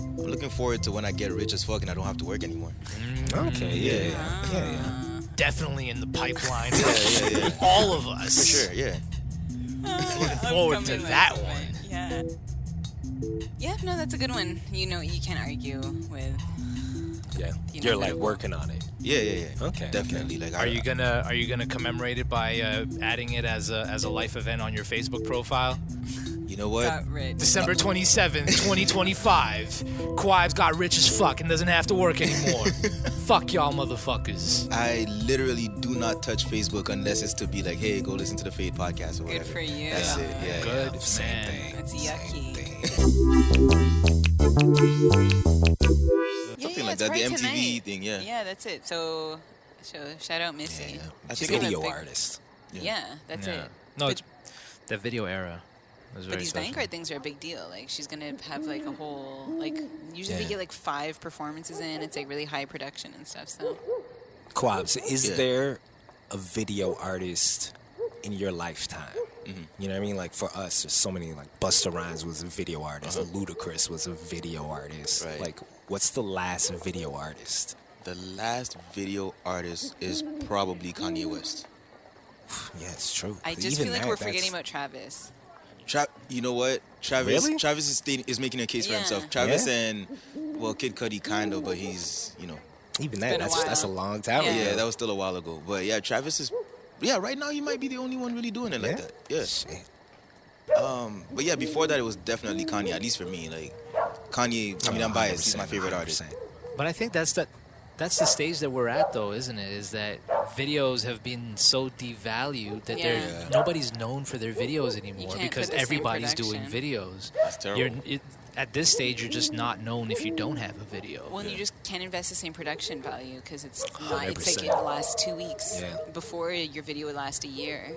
I'm looking forward to when I get rich as fuck and I don't have to work anymore. Mm,
Okay, yeah, yeah, yeah, yeah.
Definitely in the pipeline.
Yeah, yeah, yeah.
All of us.
For sure, yeah.
Looking
forward to that one.
Yeah. Yeah, no, that's a good one. You know, you can't argue with.
yeah.
You
You're
know,
like
cool.
working on it.
Yeah, yeah, yeah.
Okay,
Definitely. Like,
Are
I-
you gonna Are you gonna commemorate it by uh, adding it as a as a life event on your Facebook profile?
You know what?
Got rich.
December twenty seventh, twenty twenty five. Quibes got rich as fuck and doesn't have to work anymore. fuck y'all, motherfuckers.
I literally do not touch Facebook unless it's to be like, hey, go listen to the Fade podcast or whatever.
Good for you.
That's it. Yeah.
Good
Same
man.
thing.
That's yucky. Yeah,
Something
yeah,
like
it's
that. The
right
MTV
tonight.
thing. Yeah.
Yeah, that's it. So, so shout out Missy.
Yeah.
I
She's
think
got a
Video
big-
artist.
Yeah, that's
Yeah.
it.
No,
But-
it's, the video era. Was very
But these
special.
Vanguard things are a big deal. Like she's gonna have like a whole like usually
Yeah.
they get like five performances in. It's like really high production and stuff. So
Quabs, is
Yeah.
there a video artist in your lifetime?
Mm-hmm.
You know what I mean? Like for us, there's so many. Like Busta Rhymes was a video artist. Ludacris was a video artist.
Uh-huh. Right.
Like, what's the last video artist?
The last video artist is probably Kanye West.
Yeah, it's true.
I just
Even
feel like
that,
we're
that's-
forgetting about Travis.
Tra- you know what? Travis
Really?
Travis is, sta- is making a case for
Yeah.
himself. Travis
Yeah.
and well, Kid Cudi kind of, but he's you know
been
Even that,
a
that's, that's a
while.
long time.
Yeah.
yeah,
ago.
that was still a while ago. But yeah, Travis is yeah right now he might be the only one really doing it like that. Yeah.
Shit.
But yeah, before that it was definitely
Oh,
Kanye. At least for me, like Kanye. I mean, I'm biased. He's my favorite artist.
100%.
But I think that's that. that's the stage that we're at, though, isn't it? Is that videos have been so devalued that they're
Yeah. Yeah.
nobody's known for their videos anymore
can't
because
put the same
everybody's doing
production.
videos.
That's terrible.
You're, it, at this stage, you're just not known if you don't have a video.
Well, and you just can't invest the same production value because it's not. It's
100%.
like it lasts two weeks
Yeah.
before your video would last a year.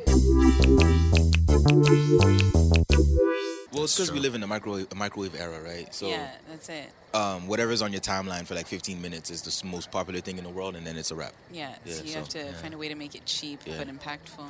Well, it's because we live in a microwave, a microwave era, right? So
yeah, that's it.
um, whatever's on your timeline for like 15 minutes is the s- most popular thing in the world, and then it's a wrap.
Yeah,
yeah,
so you
so,
have to
yeah.
find a way to make it cheap
Yeah.
but impactful.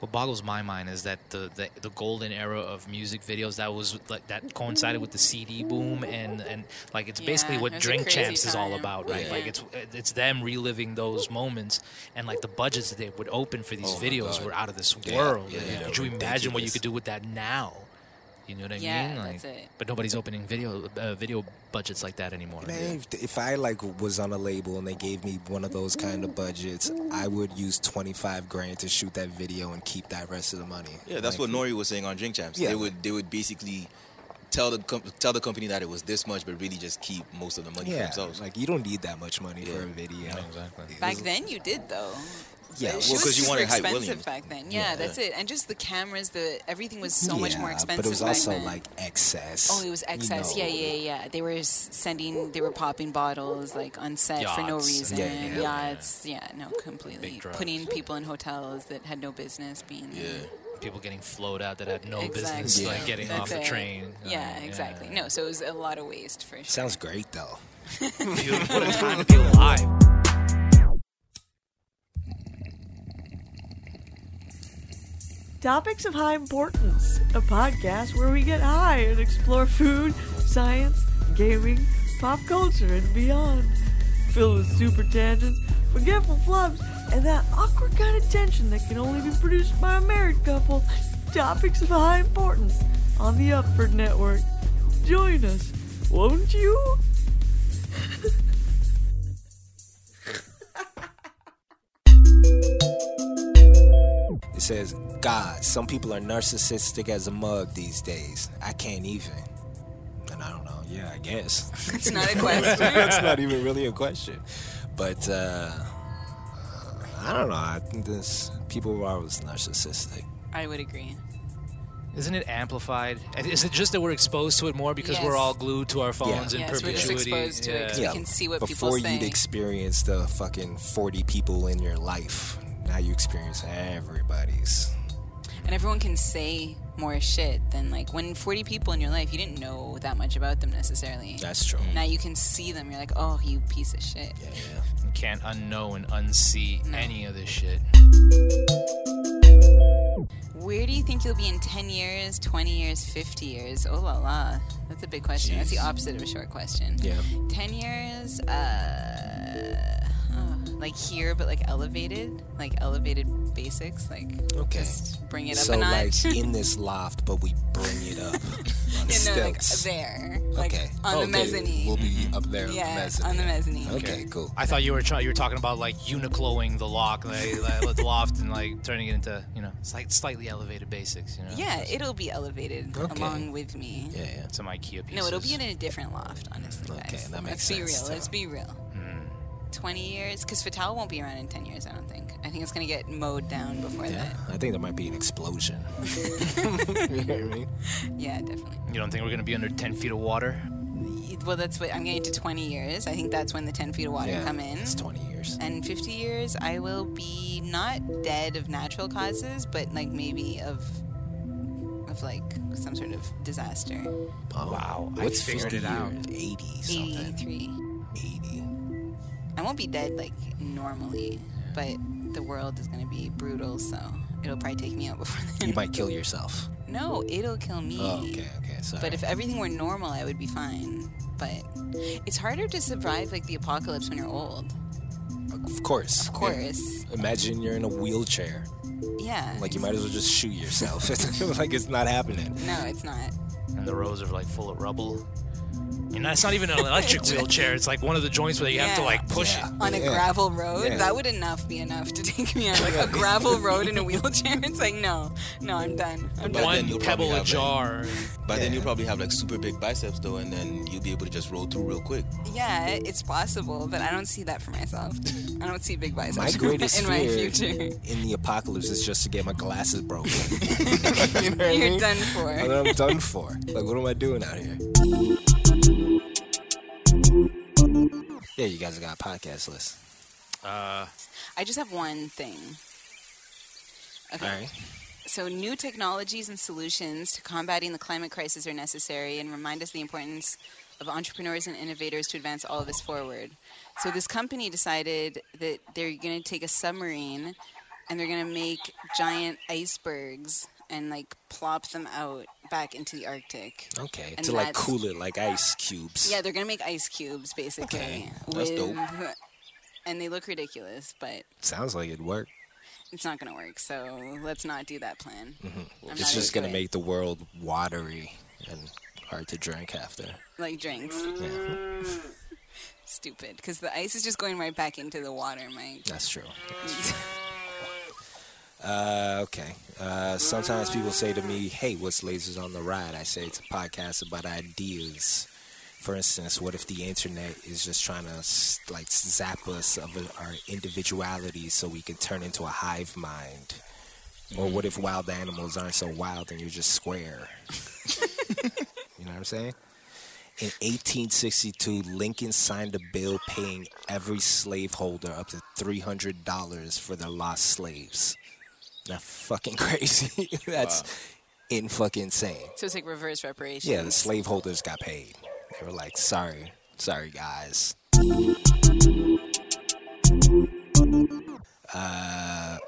what boggles my mind is that the, the, the golden era of music videos that was like that coincided with the CD boom and, and like it's
Mm-hmm.
basically
Yeah,
what
it was a
Drink
crazy
Champs is all
time.
about, right?
Yeah.
Like it's it's them reliving those moments and like the budgets that they would open for these
Oh my
videos
God.
were out of this
Yeah,
world.
yeah,
Like,
yeah,
could you imagine what you
ridiculous.
could do with that now? You know what I
Yeah,
mean? Like,
that's it.
But nobody's opening video uh, video budgets like that anymore.
Man, if, if I like was on a label and they gave me one of those kind of budgets, I would use twenty five grand to shoot that video and keep that rest of the money.
Yeah, that's
Like,
what Nori was saying on Drink Champs.
Yeah.
They would they would basically tell the com- tell the company that it was this much, but really just keep most of the money for
Yeah,
themselves.
like you don't need that much money for
Yeah.
a video.
exactly.
It
Back
was-
then, you did though. She
yeah,
well,
was
'cause you
super
wanted hype
expensive
Williams.
back then. Yeah, that's it. And just the cameras, the everything was so much more
Yeah,
expensive.
But it was
back
also
then.
like excess.
Oh, it was
you
excess.
know.
Yeah, yeah, yeah. They were s- sending, they were popping bottles like on set for no
Yachts.
reason.
Yeah, yeah,
yeah.
Yachts. Yeah, no, completely.
Big drugs.
Putting people in hotels that had no business being
yeah,
there.
People getting flowed out that had no
Exactly.
Oh, business
Yeah.
like getting
That's
off a
it.
train. Oh,
Yeah,
Like,
exactly. No, so it was a lot of waste for sure.
Sounds great though.
Dude, what a time to be alive.
Topics of High Importance, a podcast where we get high and explore food, science, gaming, pop culture, and beyond. Filled with super tangents, forgetful flubs, and that awkward kind of tension that can only be produced by a married couple. Topics of High Importance on the Upford Network. Join us, won't you?
It says, God, some people are narcissistic as a mug these days. I can't even. And I don't know. Yeah, I guess.
It's not a question.
That's not even really a question. But uh, uh, I don't know. I think this people were always narcissistic.
I would agree.
Isn't it amplified? And Is it just that we're exposed to it more because
Yes.
we're all glued to our phones in
Yes, we're just
perpetuity?
exposed to it 'cause we
Yeah.
can see what people
Before you'd
say.
experience the fucking forty people in your life, now you experience everybody's.
And everyone can say more shit than like when 40 people in your life, you didn't know that much about them necessarily.
That's true.
now you can see them. You're like, oh, you piece of shit.
Yeah,
You can't unknow and unsee
No.
any of this shit.
Where do you think you'll be in 10 years, 20 years, 50 years? Oh la la. That's a big question. That's the opposite of a short question.
yeah. yeah.
10 years, uh, oh, like here, but like elevated, like elevated basics, like
Okay.
just bring it up
so
a notch.
like in this loft, but we bring it up on
you know, like
stilts.
there, like
okay. Oh,
on
okay.
the mezzanine.
We'll be up there on
yeah,
the mezzanine.
on the mezzanine.
Okay, cool.
I thought you were trying. You were talking about like unicloing the lock, like, like, the loft, and like turning it into you know slight, slightly elevated basics. You know,
Yeah, it'll be elevated
Okay.
along with me.
Yeah, yeah.
some IKEA pieces.
No, it'll be in a different loft, honestly.
Okay,
guys.
that
Let's
makes
be real.
sense, Hmm. too.
Let's be real. 20 years? Because Fatal won't be around in 10 years, I don't think. I think it's going to get mowed down before
Yeah, I think there might be an explosion. you know what I mean?
that. Yeah, definitely.
You don't think we're gonna be under ten feet of water?
Y- Well, that's what I'm getting to 20 years. I think that's when the 10 feet of water
Yeah,
come in.
It's 20 years.
And 50 years, I will be not dead of natural causes, but like maybe of. Of like some sort of disaster.
Oh,
Wow, I
What's
figured
50
it out.
years? 80 something.
Eighty-three.
80.
I won't be dead like normally, but the world is gonna be brutal, so it'll probably take me out before then.
You might kill yourself.
No, it'll kill me.
Oh, okay, okay. Sorry.
But if everything were normal, I would be fine. But it's harder to survive like the apocalypse when you're old.
of course.
Of course.
Imagine you're in a wheelchair.
Yeah.
Like, you might as well just shoot yourself. like, it's not happening.
No, it's not.
And the roads are like full of rubble. And that's not even an electric wheelchair. It's like one of the joints where you have to
Yeah.
like push
Yeah.
it.
on a
Yeah.
gravel road,
Yeah.
that would enough be enough to take me out. Like a gravel road in a wheelchair. It's like no, no, I'm done. I'm
But
done.
then
One
you'll
pebble
probably have, like-
ajar.
But then
Yeah.
you probably have like super big biceps though, and then you'll be able to just roll through real quick.
Yeah, it's possible, but I don't see that for myself. I don't see big biceps
My
in
greatest
my
fear
future.
in the apocalypse is just to get my glasses broken. you know what I
You're
mean?
done for.
And I'm done for. Like, what am I doing out here? Yeah, you guys got a podcast list.
I just have one thing. Okay.
All right.
So, new technologies and solutions to combating the climate crisis are necessary and remind us the importance of entrepreneurs and innovators to advance all of this forward. So, this company decided that they're going to take a submarine and they're going to make giant icebergs and like plop them out back into the Arctic.
Okay.
And
to like
that's-
cool it like ice cubes.
Yeah, they're going to make ice cubes basically.
Okay.
That's dope.
with- And they look ridiculous, but
Sounds like it'd work.
it's not going to work. So let's not do that plan.
Mm-hmm.
I'm
It's
not
just
into
gonna
it.
make the world watery and hard to drink after.
like drinks.
Yeah,
Stupid, because the ice is just going right back into the water, Mike.
that's true. Uh, okay. Uh, sometimes people say to me, "Hey, what's Lasers on the Ride?" I say it's a podcast about ideas. For instance, what if the internet is just trying to s- like zap us of our individuality so we can turn into a hive mind? Or what if wild animals aren't so wild and you're just square? you know what I'm saying? In 1862, Lincoln signed a bill paying every slaveholder up to $300 for their lost slaves. That's fucking crazy. That's in fucking insane.
so it's like reverse reparations.
Yeah, the slaveholders got paid. They were like, sorry, sorry, guys. Uh,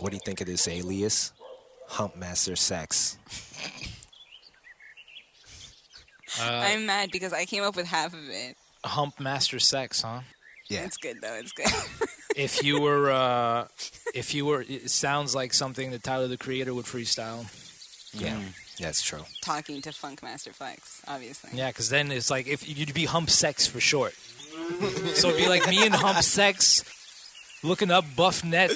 what do you think of this alias? Humpmaster Sex.
I'm mad because I came up with half of it.
Hump master sex, huh?
Yeah.
It's good though. It's good.
If you were, uh, if you were, it sounds like something that Tyler the Creator would freestyle.
Yeah, that's true.
Talking to Funk Master Flex, obviously.
Yeah, because then it's like if you'd be hump sex for short. so it'd be like me and hump sex looking up buff net.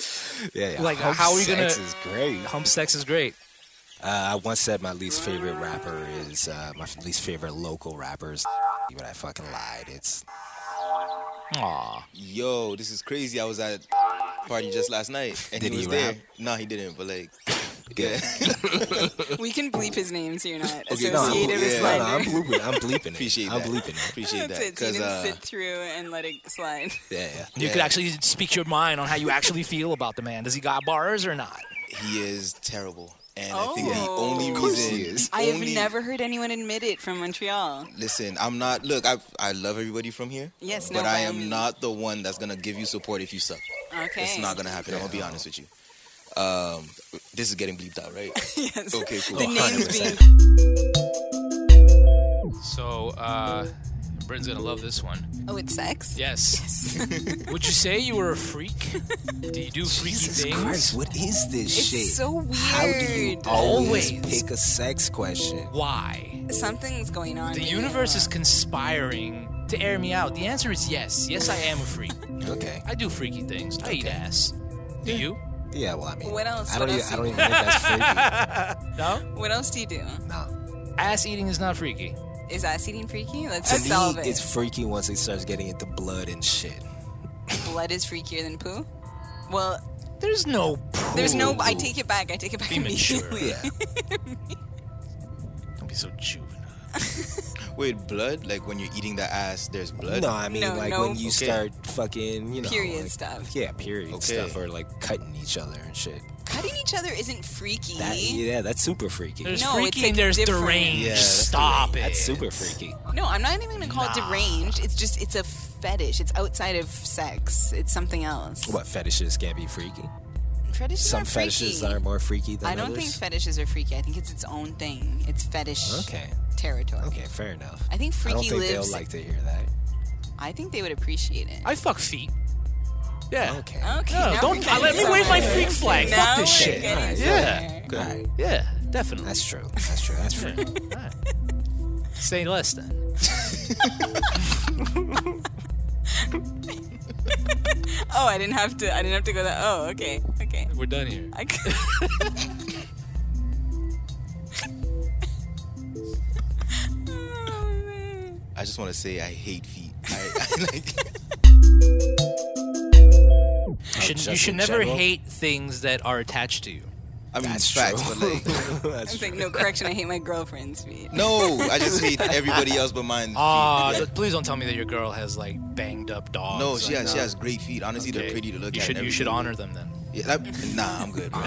Yeah, yeah.
Like,
Hump
how are we
Sex
gonna-
is great.
Hump sex is great.
Uh, I once said my least favorite rapper is uh, my f- least favorite local rapper is, but I fucking lied. It's
Aw.
Yo, this is crazy. I was at a party just last night, and
Did
he
he
was there.
rap?
No, he didn't. But like,
good.
We can bleep his name so you're not
Okay,
associated
no,
I'm,
Associated
with
yeah.
no, no,
slander.
I'm bleeping. I'm bleeping it.
appreciate
I'm
that.
bleeping it.
Appreciate
That's
that
it. So you
because
didn't
uh,
sit through and let it slide.
Yeah, yeah.
You
Yeah.
could actually speak your mind on how you actually feel about the man. Does he got bars or not?
he is terrible, and I think the
Oh.
only
Of
course
reason
he is.
I have
only-
never heard anyone admit it from Montreal.
Listen, I'm not. Look, I I love everybody from here.
Yes, no,
but
by
I
all
am
means.
not the one that's gonna give you support if you suck.
Okay.
It's not gonna happen. I'm gonna be honest with you. Um, this is getting bleeped out, right?
yes.
Okay, cool.
The name's
100%.
being.
So, uh, Britain's gonna love this one.
Oh, it's sex.
Yes. Would you say you were a freak? Do you do freaky
Jesus
things?
Christ, what is this
It's
shit?
so weird.
How do you always, pick a sex question?
Why?
Something's going on.
The
here.
universe is conspiring to air me out. The answer is yes. Yes, I am a freak.
Okay.
I do freaky things. I eat
Okay.
ass. Do you?
Yeah, well, I mean,
What else?
I don't,
What
even,
else
I don't
you-
even think that's freaky.
No?
What else do you do?
No.
Ass eating is not freaky.
Is ass eating freaky? Let's
To
just solve
me,
it.
it's freaky once it starts getting into blood and shit.
Blood is freakier than poo. Well,
There's no proof.
there's no. I take it back. I take it back
Be mature.
immediately.
Yeah.
Don't be so juvenile.
Wait, blood? Like when you're eating that ass, there's blood.
No, I mean,
No,
like
no.
when you
Okay.
start fucking, you know.
Period
like-
stuff.
Yeah, period
Okay.
stuff. Or like cutting each other and shit.
Cutting each other isn't freaky.
That, yeah, that's super freaky.
There's
No, it's,
freaky
like,
and there's
different.
deranged.
Yeah, that's
Stop it.
That's super freaky.
No, I'm not even gonna call it deranged. It's just it's a fetish. It's outside of sex. It's something else.
What fetishes can't be freaky?
Fetishes
Some
aren't
fetishes
freaky.
are more freaky than
I don't think
others.
fetishes are freaky. I think it's its own thing. It's fetish
okay,
territory.
okay, fair enough.
I think
I don't
freaky
think
lives.
they'll like to hear that.
I think they would appreciate it.
I fuck feet. Yeah.
Okay.
Okay.
No,
now
don't-
we're
I-
getting
let me wave my
somewhere.
freak flag. Fuck
Now
this
we're
shit.
getting
Alright,
yeah.
somewhere.
All right.
Yeah, definitely.
That's true. That's true. That's true.
Alright. Say less then.
Oh, I didn't have to. I didn't have to go that. Oh, okay, okay.
We're done here.
I c- oh man.
I just want to say I hate feet. I, I like,
Should, you
just
should
in
never
general.
hate things that are attached to you.
I mean,
That's
facts,
true.
but like,
That's
I was
true.
like, no correction. I hate my girlfriend's feet.
no, I just hate everybody else but mine.
Ah, th- please don't tell me that your girl has like banged up dogs.
no, she
like, uh,
has she has great feet. Honestly,
okay.
they're pretty to look
you
at.
Should,
and
you should
everything.
honor them then.
Yeah, that- nah, I'm good. Bro.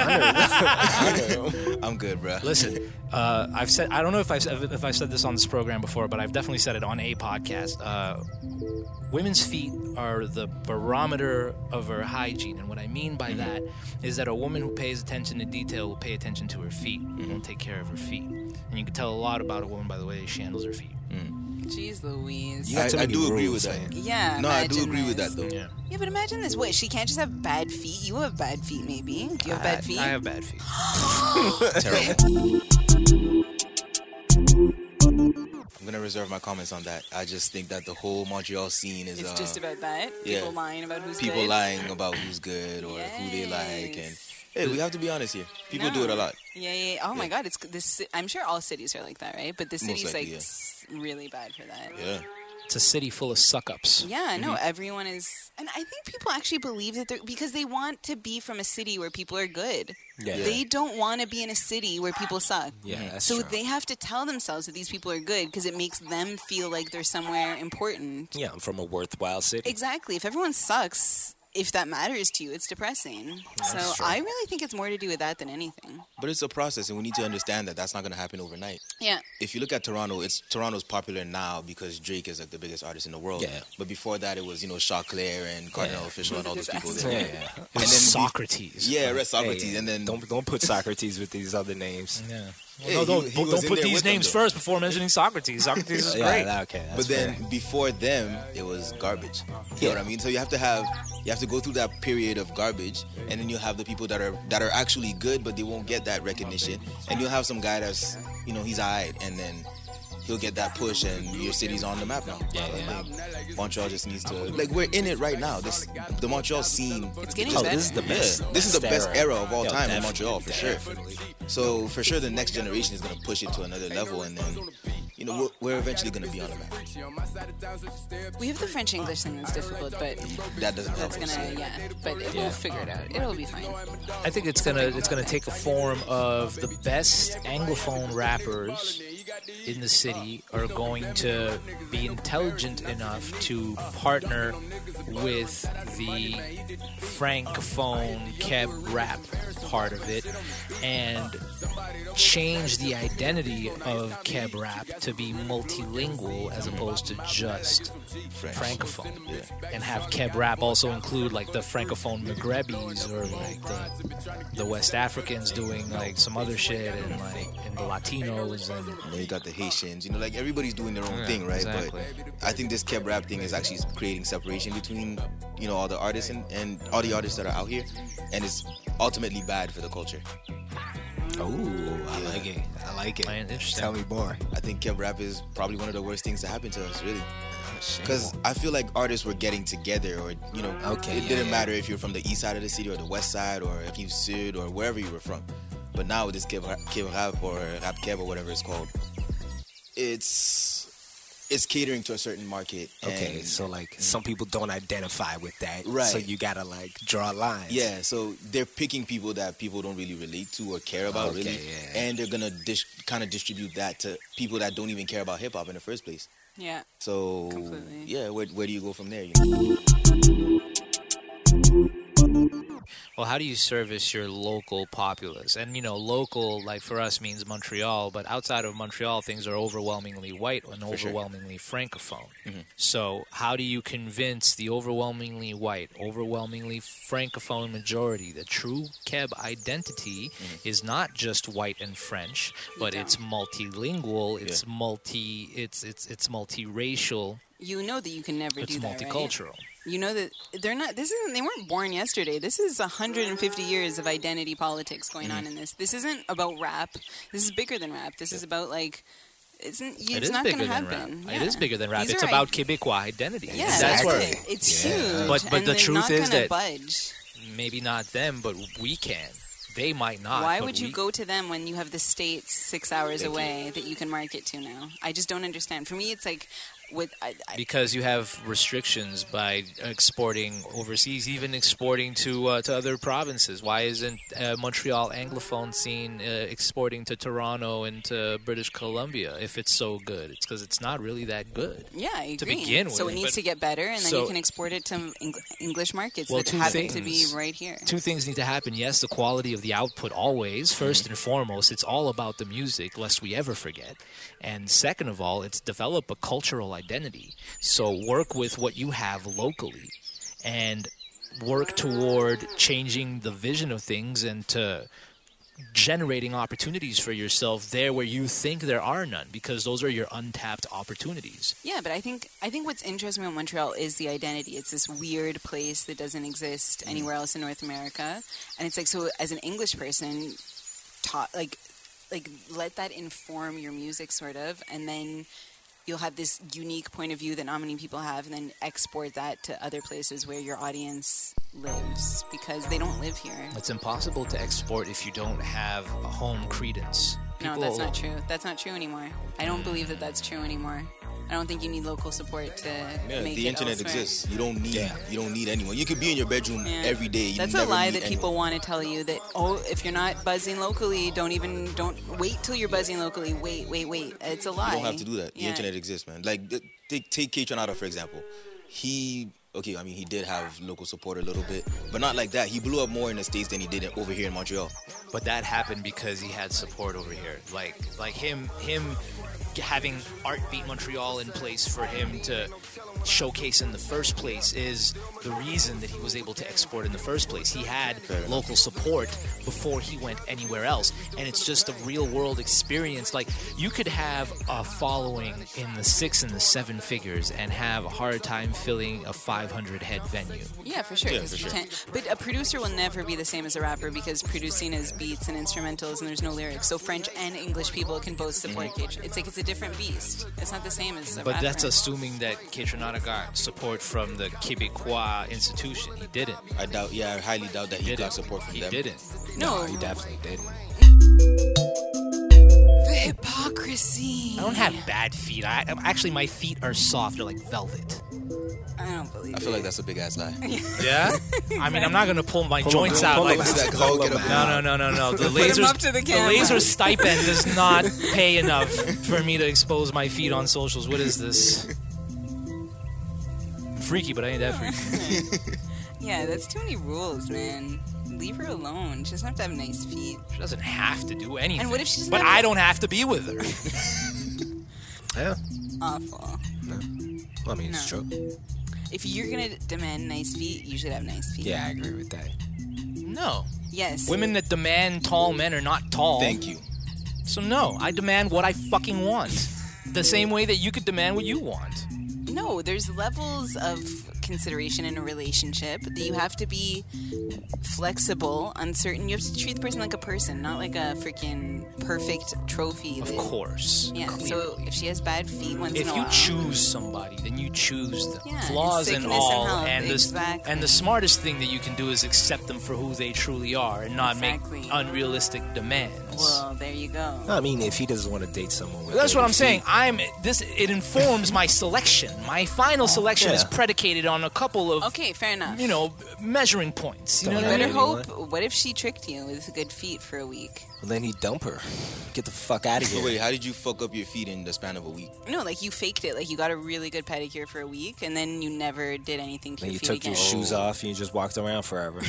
I'm good, bro.
Listen, uh, I've said I don't know if I've if I've said this on this program before, but I've definitely said it on a podcast. Uh, women's feet are the barometer of her hygiene, and what I mean by
Mm-hmm.
that is that a woman who pays attention to detail will pay attention to her feet
Mm-hmm.
and will take care of her feet. And you can tell a lot about a woman by the way she handles her feet.
Jeez Louise.
You
Yeah,
got
I-
too
I
many
do agree
rules,
with that.
man.
No, I do
imagine
agree with
this.
that though.
Yeah,
Yeah, but imagine this. What? She can't just have bad feet. You have bad feet, maybe. Do you have bad feet?
I have bad feet.
Terrible. I'm gonna reserve my comments on that. I just think that the whole Montreal scene is
it's
uh,
just about that.
yeah.
People lying about who's
people
good.
lying about who's good or who they like, and hey, we have to be honest here. People do it a
No.
lot.
Yeah, yeah. yeah. Oh my
Yeah.
God! It's this. I'm sure all cities are like that, right? But the city's
likely,
like
yeah.
s- really bad for that.
Yeah,
It's a city full of suck ups.
Yeah, no,
Mm-hmm.
everyone is, and I think people actually believe that they're because they want to be from a city where people are good.
Yeah.
They don't want to be in a city where people suck.
Yeah, that's
so
true.
they have to tell themselves that these people are good because it makes them feel like they're somewhere important.
yeah, I'm from a worthwhile city.
Exactly. If everyone sucks, if that matters to you, it's depressing. so
true.
I really think it's more to do with that than anything.
but it's a process, and we need to understand that that's not gonna happen overnight.
Yeah.
if you look at Toronto, it's Toronto's popular now because Drake is like the biggest artist in the world.
Yeah.
But before that, it was you know Chaclair and Cardinal Official and all those people.
Disaster.
There.
Yeah, yeah.
And then Socrates.
Yeah, Red
Hey,
Socrates, and then Mm,
don't don't put Socrates with these other names.
Yeah. Well,
Hey,
no,
he-
don't,
he
don't-
was
don't
in
put
there
these
with them,
names
though.
first before mentioning Socrates. Socrates is great.
Yeah, that- okay. That's
but then
fair.
before them, it was garbage. You know what I mean? So you have to have you have to go through that period of garbage, and then you have the people that are that are actually good, but they won't get that recognition, and you'll have some guy that's you know he's alright, and then. He'll get that push, and your city's on the map now. Yeah, Montreal just needs to like we're in it right now. This the Montreal scene.
It's getting
oh,
better.
this is the best.
Yeah, this is the best era of all
Yeah,
time in
definitely,
Montreal for sure.
definitely.
So for sure, the next generation is gonna push it to another level, and then you know we're, we're eventually gonna be on the map.
we have the French English thing that's difficult, but
That doesn't help.
that's
us.
gonna yeah. But it will
Yeah.
figure it out. It'll be fine.
I think it's gonna it's gonna take a form of the best anglophone rappers in the city are going to be intelligent enough to partner with the francophone cab rap part of it and change the identity of cab rap to be multilingual as opposed to just francophone and have keb rap also include like the francophone maghrebis or like the, the west africans doing like some other shit and like and the latinos and
And then you got the Haitians, you know, like everybody's doing their own
Yeah,
thing, right?
exactly.
But I think this Keb rap thing is actually creating separation between, you know, all the artists and, and all the artists that are out here, and it's ultimately bad for the culture.
Ooh, I like it. I like it.
Man, interesting.
Tell me more.
I think Keb rap is probably one of the worst things to happen to us, really. Because I feel like artists were getting together, or you know,
Okay,
it
yeah,
didn't
yeah.
matter if you're from the east side of the city or the west side, or if you sud or wherever you were from. But now with this keb Keb rap or rap keb or whatever it's called, it's it's catering to a certain market.
Okay,
and-
so like some people don't identify with that, So
Right.
you gotta like draw lines.
yeah, so they're picking people that people don't really relate to or care about
Okay,
really,
yeah.
and they're gonna dis- kind of distribute that to people that don't even care about hip hop in the first place.
Yeah.
So
Completely.
yeah, where, where do you go from there? You know?
well how do you service your local populace and you know local like for us means montreal but outside of montreal things are overwhelmingly white and
sure.
overwhelmingly francophone so how do you convince the overwhelmingly white overwhelmingly francophone majority that true keb identity is not just white and french but it's multilingual it's multi it's it's it's multiracial
You know that you can never
it's
do that. right?
multicultural
You know that they're not. This isn't. They weren't born yesterday. This is 150 years of
Mm.
identity politics going on in this. This isn't about rap. This is bigger than rap. This is about like isn't. It's
It is
not going to
bigger than
happen. Yeah.
rap. It is bigger than rap.
These
It's
are
about
id-
Quebecois identity.
Yeah,
That's where
That's it. It's huge.
But-
and
but the
they're
truth
not
is
gonna
that-
budge.
maybe not them, but we can. They might not.
Why
Ah, but
would you
we-
go to them when you have the states six hours
Thank you.
away that you can market to now? I just don't understand. For me, it's like with I, I,
Because you have restrictions by exporting overseas, even exporting to uh, to other provinces. Why isn't uh, Montreal anglophone scene uh, exporting to Toronto and to British Columbia if it's so good? It's because it's not really that good.
yeah, I agree.
To begin
so
with,
it needs
but-
to get better, and then
so-
you can export it to Eng- English markets
Well,
that
two
happen to be
things.
right here.
two things need to happen. Yes, the quality of the output always, 1st and foremost, it's all about the music, lest we ever forget. And second of all, it's develop a cultural identity. So work with what you have locally and work toward changing the vision of things and to generating opportunities for yourself there where you think there are none because those are your untapped opportunities.
Yeah, but I think I think what's interesting about Montreal is the identity. It's this weird place that doesn't exist
Mm.
anywhere else in North America, and it's like so. As an English person, taught like like let that inform your music sort of, and then you'll have this unique point of view that not many people have, and then export that to other places where your audience lives because they don't live here.
It's impossible to export if you don't have a home credence.
No, that's not true. That's not true anymore. I don't believe that that's true anymore. I don't think you need local support to
Yeah,
make
the
it
internet
elsewhere.
exists. You don't need
Yeah.
you don't need anyone. You could be in your bedroom
Yeah.
every day. You
That's a
never
lie
need
that people
anyone.
want to tell you that oh, if you're not buzzing locally, don't even don't wait till you're buzzing locally. Wait, wait, wait. It's a lie.
You don't have to do that. The
Yeah.
internet exists, man. Like th- take take Kate Renata for example. He okay, I mean he did have local support a little bit, but not like that. He blew up more in the states than he did over here in Montreal.
but that happened because he had support over here like like him him having art beat montreal in place for him to showcase in the first place is the reason that he was able to export in the first place he had local support before he went anywhere else and it's just a real world experience like you could have a following in the six and the seven figures and have a hard time filling a 500 head venue
Yeah, for sure. 'cause
for
you
sure.
can't- but a producer will never be the same as a rapper because producing is beats and instrumentals, and there's no lyrics. So French and English people can both support
Mm-hmm.
each. It's like it's a different beast. It's not the same as. A
But
rapper.
that's assuming that Kitranada got support from the Quebecois institution. He didn't.
I doubt. Yeah, I highly doubt that
He
he,
didn't.
got support from
he
them.
didn't.
no.
He definitely did.
The hypocrisy.
I don't have bad feet. I I'm- actually my feet are soft. They're like velvet.
I don't believe.
I feel like that's a big ass lie.
Yeah. I mean, I'm not gonna pull my
Pull 'em
joints
out,
out
pull 'em
like.
out.
that.
Call
Call
them
them
No, no, no, no, no. The laser,
up to the
the
camera.
laser stipend does not pay enough for me to expose my feet on socials. What is this? Freaky, but I ain't that freaky.
Yeah, that's too many rules, man. Leave her alone. She doesn't have to have nice feet.
She doesn't have to do anything.
And what if she doesn't
But
have
I
to-
don't have to be with her.
Yeah.
Awful.
I mean, it's
No.
true.
If you're gonna demand nice feet, you should have nice feet.
Yeah, I agree with that.
No.
Yes.
Women that demand tall men are not tall.
Thank you.
So no, I demand what I fucking want. The same way that you could demand what you want.
No, there's levels of consideration in a relationship that you have to be flexible, uncertain. You have to treat the person like a person, not like a freaking perfect trophy.
Of
that-
course.
Yeah. So
clearly.
if she has bad feet once in
if
a
you
while,
choose somebody, then you choose them,
Yeah, and
flaws and
sickness and
all.
health,
the s-
exactly.
and the smartest thing that you can do is accept them for who they truly are and not
Exactly.
make unrealistic demands.
well, there you go.
I mean, if he doesn't want to date someone with
That's what
dirty
I'm saying. I'm this. It informs my selection. My final selection is
Yeah.
predicated on a couple of
Okay, fair enough.
you know measuring points. You know
Don't
what I
let
mean?
Better
you know
hope. What if she tricked you with good feet for a week?
feet, then he dump her. Get the fuck out of
So
here.
wait, how did you fuck up your feet in the span of a week?
No, like you faked it. Like you got a really good pedicure for a week, and then you never did anything to
Then
your
you
feet
took
again.
your shoes off and you just walked around forever.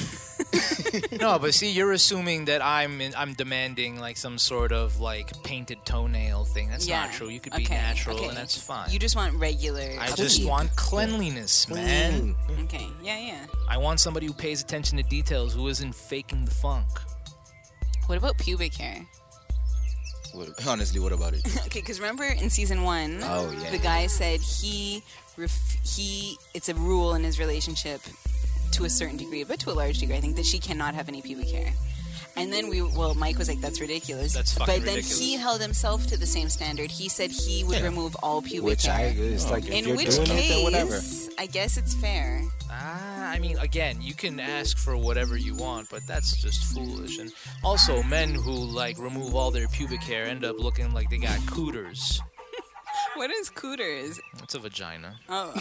No, but see, you're assuming that I'm in, I'm demanding like some sort of like painted toenail thing. That's
yeah.
not true. You could
okay.
be natural,
okay.
and that's fine.
You just want regular.
I
feet.
just want cleanliness, man.
Okay. Yeah, yeah.
I want somebody who pays attention to details, who isn't faking the funk.
What about pubic hair?
What, honestly, what about it?
Okay, because remember in season one,
Oh, yeah.
the guy said he ref- he it's a rule in his relationship to a certain degree, but to a large degree, I think that she cannot have any pubic hair. And then we, well, Mike was like, "That's ridiculous."
That's fucking
But then
ridiculous.
he held himself to the same standard. He said he would remove all pubic
Which I
hair.
it's like if
In
you're
which
doing it, then
case,
whatever.
I guess it's fair.
Ah, I mean, again, you can ask for whatever you want, but that's just foolish. And also, men who like remove all their pubic hair end up looking like they got cooters.
What is cooters?
It's a vagina.
Oh.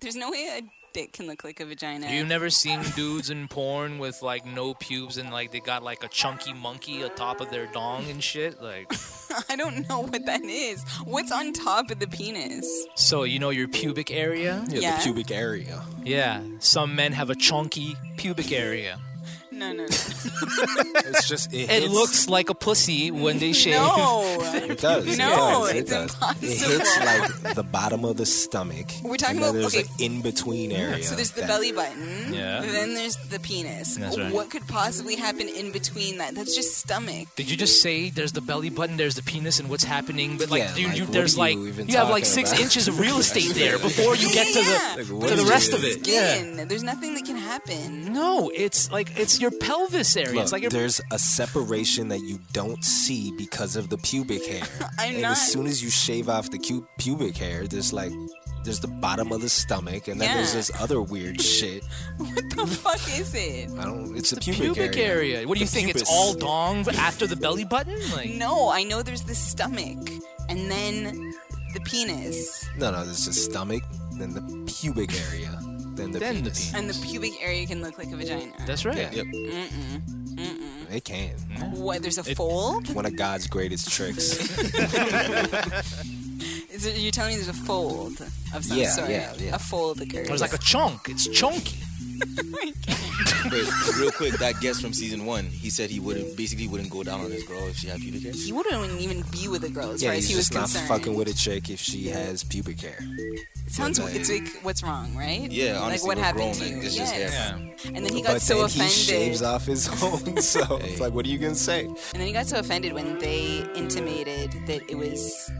There's no way a dick can look like a vagina.
You've never seen dudes in porn with like no pubes and like they got like a chunky monkey atop of their dong and shit. Like,
I don't know what that is. What's on top of the penis?
so you know your pubic area?
Yeah,
Yeah.
the pubic area.
Yeah, some men have a chunky pubic area.
No, no, no.
It's just it,
It
hits-
looks like a pussy when they shave.
No.
It does.
No,
it
it's
does, it does.
impossible.
It hits like the bottom of the stomach.
We're talking
and then
about-
there's
okay.
an in between area.
So there's the
that-
belly button.
Yeah.
Then there's the penis.
That's right.
What could possibly happen in between that? That's just stomach.
Did you just say there's the belly button, there's the penis, and what's happening? But like,
Yeah,
dude,
like,
you,
what
there's
are
like
you even
you have like
talking
six
about?
inches of real estate there before you get to
Yeah,
the
Like, what
to the
is
rest
this?
of it. Yeah.
Skin. There's nothing that can happen.
No, it's like it's your pelvis area.
Look,
it's like your
there's a separation that you don't see because of the pubic hair.
I'm
and
not-
as soon as you shave off the cu- pubic hair, there's like there's the bottom of the stomach, and then there's
Yeah.
this other weird shit.
What the fuck is it?
I don't. It's, a pubic,
pubic, area. What do you
The
think? It's
pubis.
all dong after the belly button? Like,
No, I know there's the stomach and then the penis.
No, no. There's the stomach, then the pubic area, then the
Then the
penis.
And the pubic area can look like a vagina.
that's right.
Yeah.
Yep.
It can.
What? There's a fold?
One of God's greatest tricks.
Is there, you're telling me there's a fold of some
Yeah,
sort?
yeah, yeah.
A fold occurs.
There's like a chunk. It's chunky.
Wait, real quick, that guest from season one, he said he wouldn't basically wouldn't go down on his girl if she had pubic hair.
he wouldn't even be with a girl as
yeah,
far as
he's
he was
just not
concerned.
fucking with a chick if she has pubic hair.
It sounds it's like what's wrong, right?
Yeah, honestly,
like what
we're
happened
grown,
to you?
like, this is
yes.
hair.
And then he got
but
so
then
offended.
he shaves off his own. So it's like, what are you gonna say?
And then he got so offended when they intimated that it was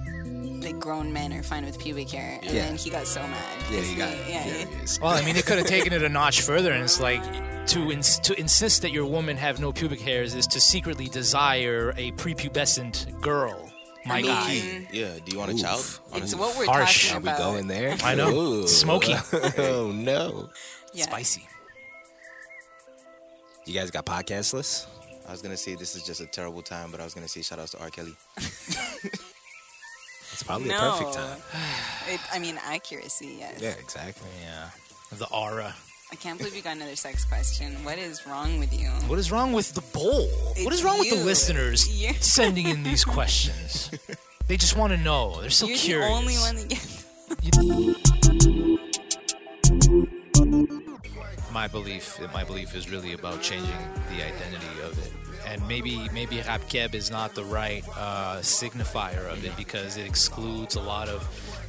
that grown men are fine with pubic hair, and
Yeah.
then he got so mad.
Yeah,
It's
you got
like,
it.
Yeah,
Yeah,
yeah.
yes.
Well, I mean, they could have taken it a notch further, and it's like to ins- to insist that your woman have no pubic hairs is to secretly desire a prepubescent girl. My
Low
guy,
key. Yeah. Do you want a child?
It's
Honestly.
what we're
Harsh.
talking
We
about.
go in there.
I know.
Ooh.
Smoky.
oh no.
Yeah.
spicy.
You guys got podcast lists?
I was gonna say this is just a terrible time, but I was gonna say shout outs to R. Kelly.
It's probably
No.
a perfect time.
It, I mean, accuracy. Yes.
Yeah, exactly.
Yeah, the aura.
I can't believe you got another sex question. What is wrong with you?
What is wrong with the bowl? what
It's
is wrong with
you.
the listeners
Yeah.
sending in these questions? They just want to know. They're so
You're
curious.
the only one that gets.
my belief my belief is really about changing the identity of it and maybe maybe Rabkeb is not the right uh, signifier of it because it excludes a lot of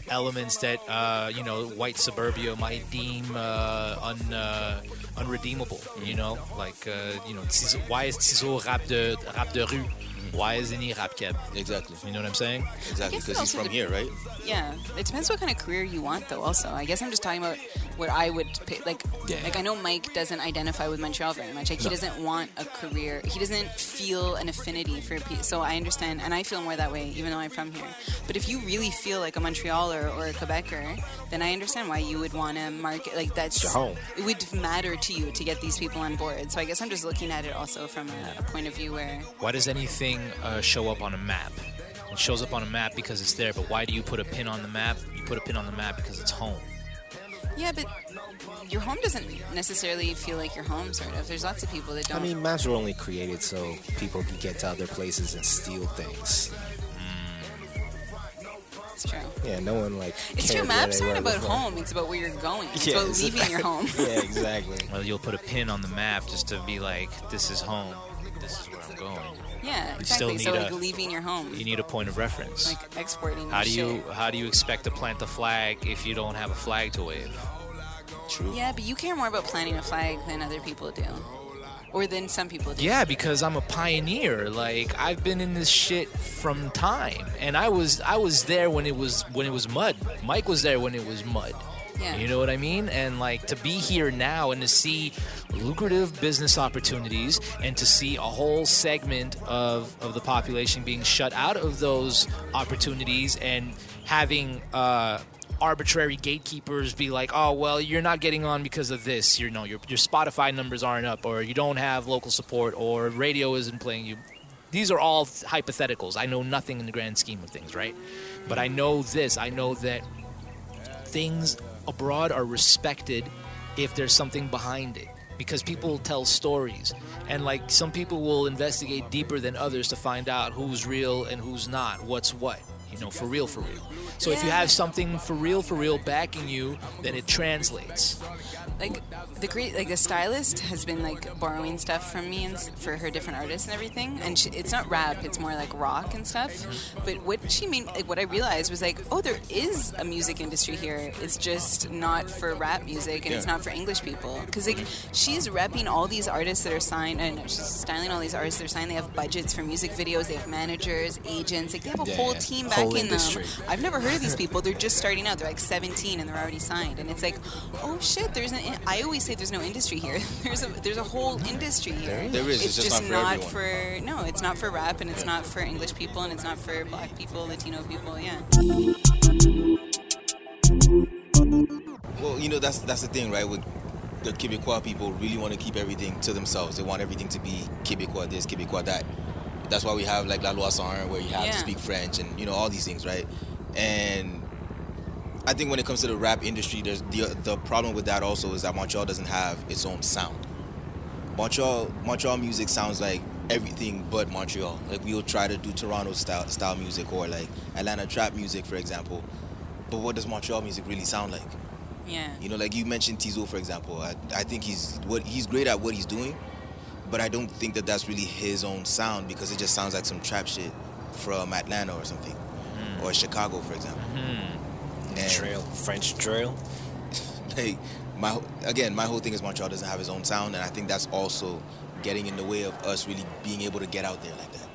elements that uh, you know white suburbia might deem uh, un, uh, unredeemable you know like uh, you know Tizo- why is Tizo rap de rap de rue why isn't he Rabkeb
Exactly.
you know what I'm saying
Exactly.
guess it
Because he's
also
from
dep-
here, right?
Yeah, it depends what kind of career you want, though. Also, I guess I'm just talking about what I would pick. Like,
Yeah.
like I know Mike doesn't identify with Montreal very much. Like, he doesn't want a career. He doesn't feel an affinity for. P- so I understand, and I feel more that way, even though I'm from here. But if you really feel like a Montrealer or a Quebecer, then I understand why you would want to market. Like that's
your home.
It would matter to you to get these people on board. So I guess I'm just looking at it also from a, a point of view where
why does anything uh, show up on a map it shows up on a map because it's there but why do you put a pin on the map you put a pin on the map because it's home
Yeah, but your home doesn't necessarily feel like your home, sort of. There's lots of people that
I
don't.
mean, maps were only created so people can get to other places and steal things.
it's true.
Yeah, no one like.
It's
cared
true.
where
Maps
they
aren't
were
about
before.
home. It's about where you're going. It's
Yeah,
about
it's-
leaving your home.
Yeah, exactly.
Well, you'll put a pin on the map just to be like, this is home. This is where I'm going.
Yeah,
You still
exactly. So
need
like
a-
leaving your home,
You need a point of reference.
like exporting.
how
your
do you
shit.
how do you expect to plant the flag if you don't have a flag to wave?
True.
Yeah, but you care more about planting a flag than other people do, or than some people do.
Yeah, because I'm a pioneer. Like I've been in this shit from time, and I was I was there when it was when it was mud. Mike was there when it was mud.
Yeah.
You know what I mean? And like to be here now and to see lucrative business opportunities and to see a whole segment of, of the population being shut out of those opportunities and having uh, arbitrary gatekeepers be like, oh well, you're not getting on because of this. You know, your your Spotify numbers aren't up, or you don't have local support, or radio isn't playing you. These are all hypotheticals. I know nothing in the grand scheme of things, right? But I know this. I know that things abroad are respected if there's something behind it because people tell stories and like some people will investigate deeper than others to find out who's real and who's not what's what you know for real for real so if you
Yeah.
have something for real for real backing you then it translates
like the Gre- like the stylist has been like borrowing stuff from me and s- for her different artists and everything and she, it's not rap it's more like rock and stuff
Mm-hmm.
but what she mean like what i realized was like oh there is a music industry here it's just not for rap music and it's
Yeah.
not for english people because like
Mm-hmm.
she's repping all these artists that are signed and she's styling all these artists that are signed they have budgets for music videos they have managers agents like they have a
Yeah,
whole
yeah.
team
Whole
back in
industry.
them Um, I've never heard of these people. They're just starting out. They're like 17 and they're already signed. And it's like, oh shit, there's an. I always say there's no industry here. There's a there's a whole industry here.
There is. It's just not for
for no, it's not for rap and it's not for English people and it's not for black people, Latino people. Yeah.
Well, you know that's that's the thing, right? With the Quebecois people, really want to keep everything to themselves. They want everything to be Quebecois this, Quebecois that. That's why we have like La Loi sans un, where you have to
Yeah.
speak French and you know all these things, right? And I think when it comes to the rap industry, there's the the problem with that also is that Montreal doesn't have its own sound. Montreal Montreal music sounds like everything but Montreal. Like we'll try to do Toronto style style music or like Atlanta trap music, for example. But what does Montreal music really sound like?
Yeah.
You know, like you mentioned Tizo, for example. I, I think he's what he's great at what he's doing, but I don't think that that's really his own sound because it just sounds like some trap shit from Atlanta or something, or Chicago, for example. And,
Drill, French drill.
Like my whole- again, my whole thing is Montreal doesn't have his own sound, and I think that's also getting in the way of us really being able to get out there like that.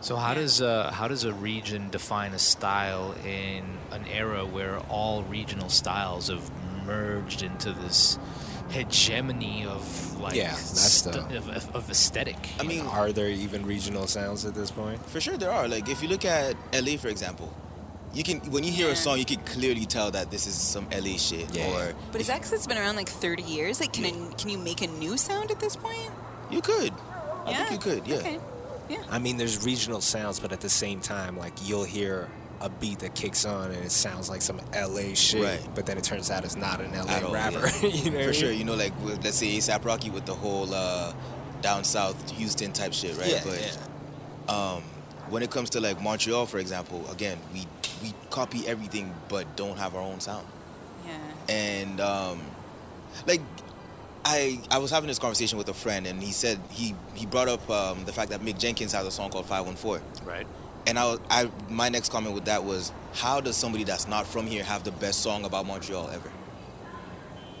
So how does uh, how does a region define a style in an era where all regional styles have merged into this hegemony of like
Yeah, that's the-
st- of, of- of aesthetic?
I mean,
Are there even regional sounds at this point?
For sure, there are. Like if you look at LA, for example, you can when you hear
Yeah.
a song, you can clearly tell that this is some LA shit.
Yeah.
Or
But is that because it's been around like 30 years? Like, can a, can you make a new sound at this point?
you could. I
yeah.
think you could. Yeah.
Okay.
I mean, there's regional sounds, but at the same time, like you'll hear a beat that kicks on and it sounds like some LA shit,
Right.
but then it turns out it's not an LA
At all,
rapper.
yeah.
you know what I
for
mean?
sure. You know, like with, let's say ASAP Rocky with the whole uh, down south Houston type shit, right?
Yeah,
but Um, when it comes to like Montreal, for example, again, we we copy everything, but don't have our own sound.
Yeah.
and um, like I I was having this conversation with a friend, and he said he he brought up um, the fact that Mick Jenkins has a song called Five One Four,
right.
and I, was- I my next comment with that was how does somebody that's not from here have the best song about Montreal ever?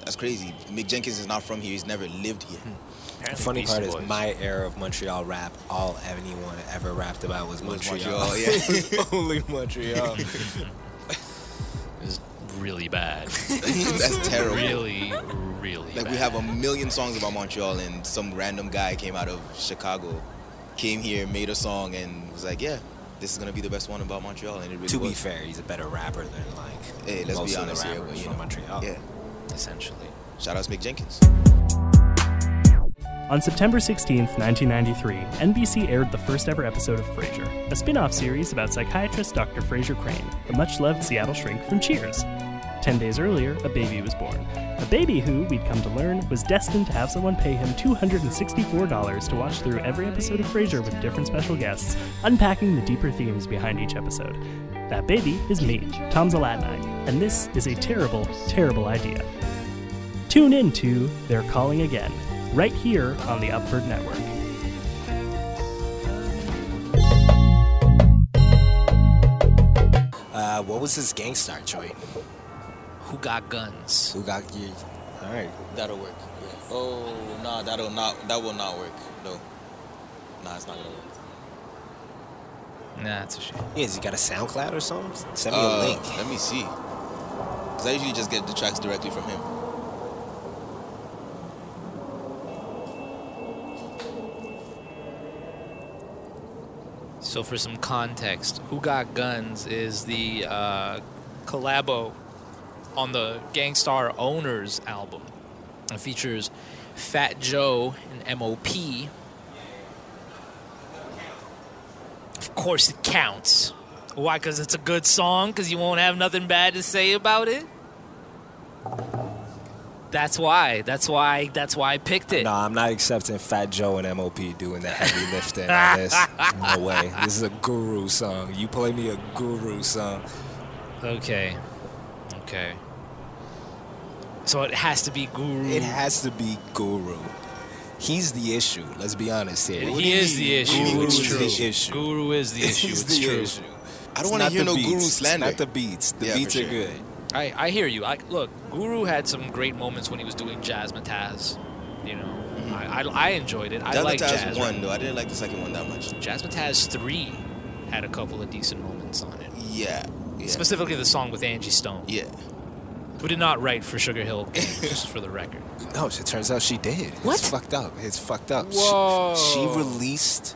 That's crazy. Mick Jenkins is not from here. He's never lived here.
Hmm. The funny
Beastie
part is,
Boys.
my era of Montreal rap, all anyone ever rapped about was
Was
Montreal.
Montreal, yeah.
Only Montreal.
is really bad.
that's terrible.
really, really.
Like
bad.
we have a million songs about Montreal, and some random guy came out of Chicago, came here, made a song, and was like, "Yeah, this is gonna be the best one about Montreal." And it really
to be
was.
fair, he's a better rapper than like
Hey, let's
most
be
of the
honest here,
rappers
but, you
from
know,
Montreal.
Yeah.
essentially.
Shout out to Mick Jenkins.
On September 16, 1993, NBC aired the first ever episode of Frasier, a spin off series about psychiatrist Dr. Frasier Crane, the much loved Seattle shrink from Cheers. Ten days earlier, a baby was born. A baby who, we'd come to learn, was destined to have someone pay him $264 to watch through every episode of Frasier with different special guests, unpacking the deeper themes behind each episode. That baby is me, Tom Zalatni, and this is a terrible, terrible idea. Tune in to They're Calling Again, right here on the Upford Network.
Uh, what was his Gangstar joint?
Who got guns?
Who got you? All right.
That'll work. Oh no, that'll not. That will not work. No. Nah, it's not gonna work.
Nah, that's a shame.
Yeah, has he got a SoundCloud or something? Send me a
Uh,
link.
let me see. Because I usually just get the tracks directly from him.
So, for some context, Who Got Guns is the uh, collabo on the Gangstar Owners album. It features Fat Joe and MOP. Of course, it counts. Why? Because it's a good song? Because you won't have nothing bad to say about it? That's why. That's why. That's why I picked it.
No, I'm not accepting Fat Joe and MOP doing the heavy lifting on this. No way. This is a guru song. You play me a guru song.
Okay. Okay. So it has to be Guru.
It has to be guru. He's the issue. Let's be honest here.
he is the issue.
Guru
it's
is
true.
the issue.
Guru is the issue.
He's
it's
the
true.
issue.
I
It's
don't want to
not
hear
the
no
beats.
guru
It's
slander.
Not the beats. The
Yeah, for
beats are
sure.
good.
I, I hear you. I, look, Guru had some great moments when he was doing Jazz Mataz. You know,
Mm-hmm.
I, I, I enjoyed it. I
Jazz
like
Mataz
Jazz.
one though. I didn't like the second one that much.
Jazz Mataz 3 had a couple of decent moments on it.
Yeah. Yeah.
Specifically the song with Angie Stone,
yeah.
who did not write for Sugar Hill, Gang, just for the record.
No, it turns out she did.
What?
It's fucked up. It's fucked up. She-
Whoa.
She, released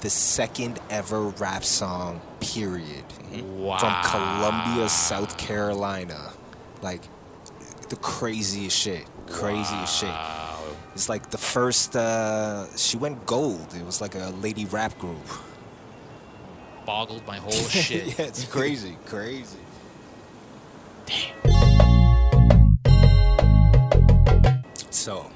the second ever rap song, period.
Wow.
From Columbia, South Carolina. Like, the craziest shit. Craziest shit. It's like the first, uh, she went gold. It was like a lady rap group.
Boggled my whole shit.
yeah, it's crazy, crazy. Damn. So,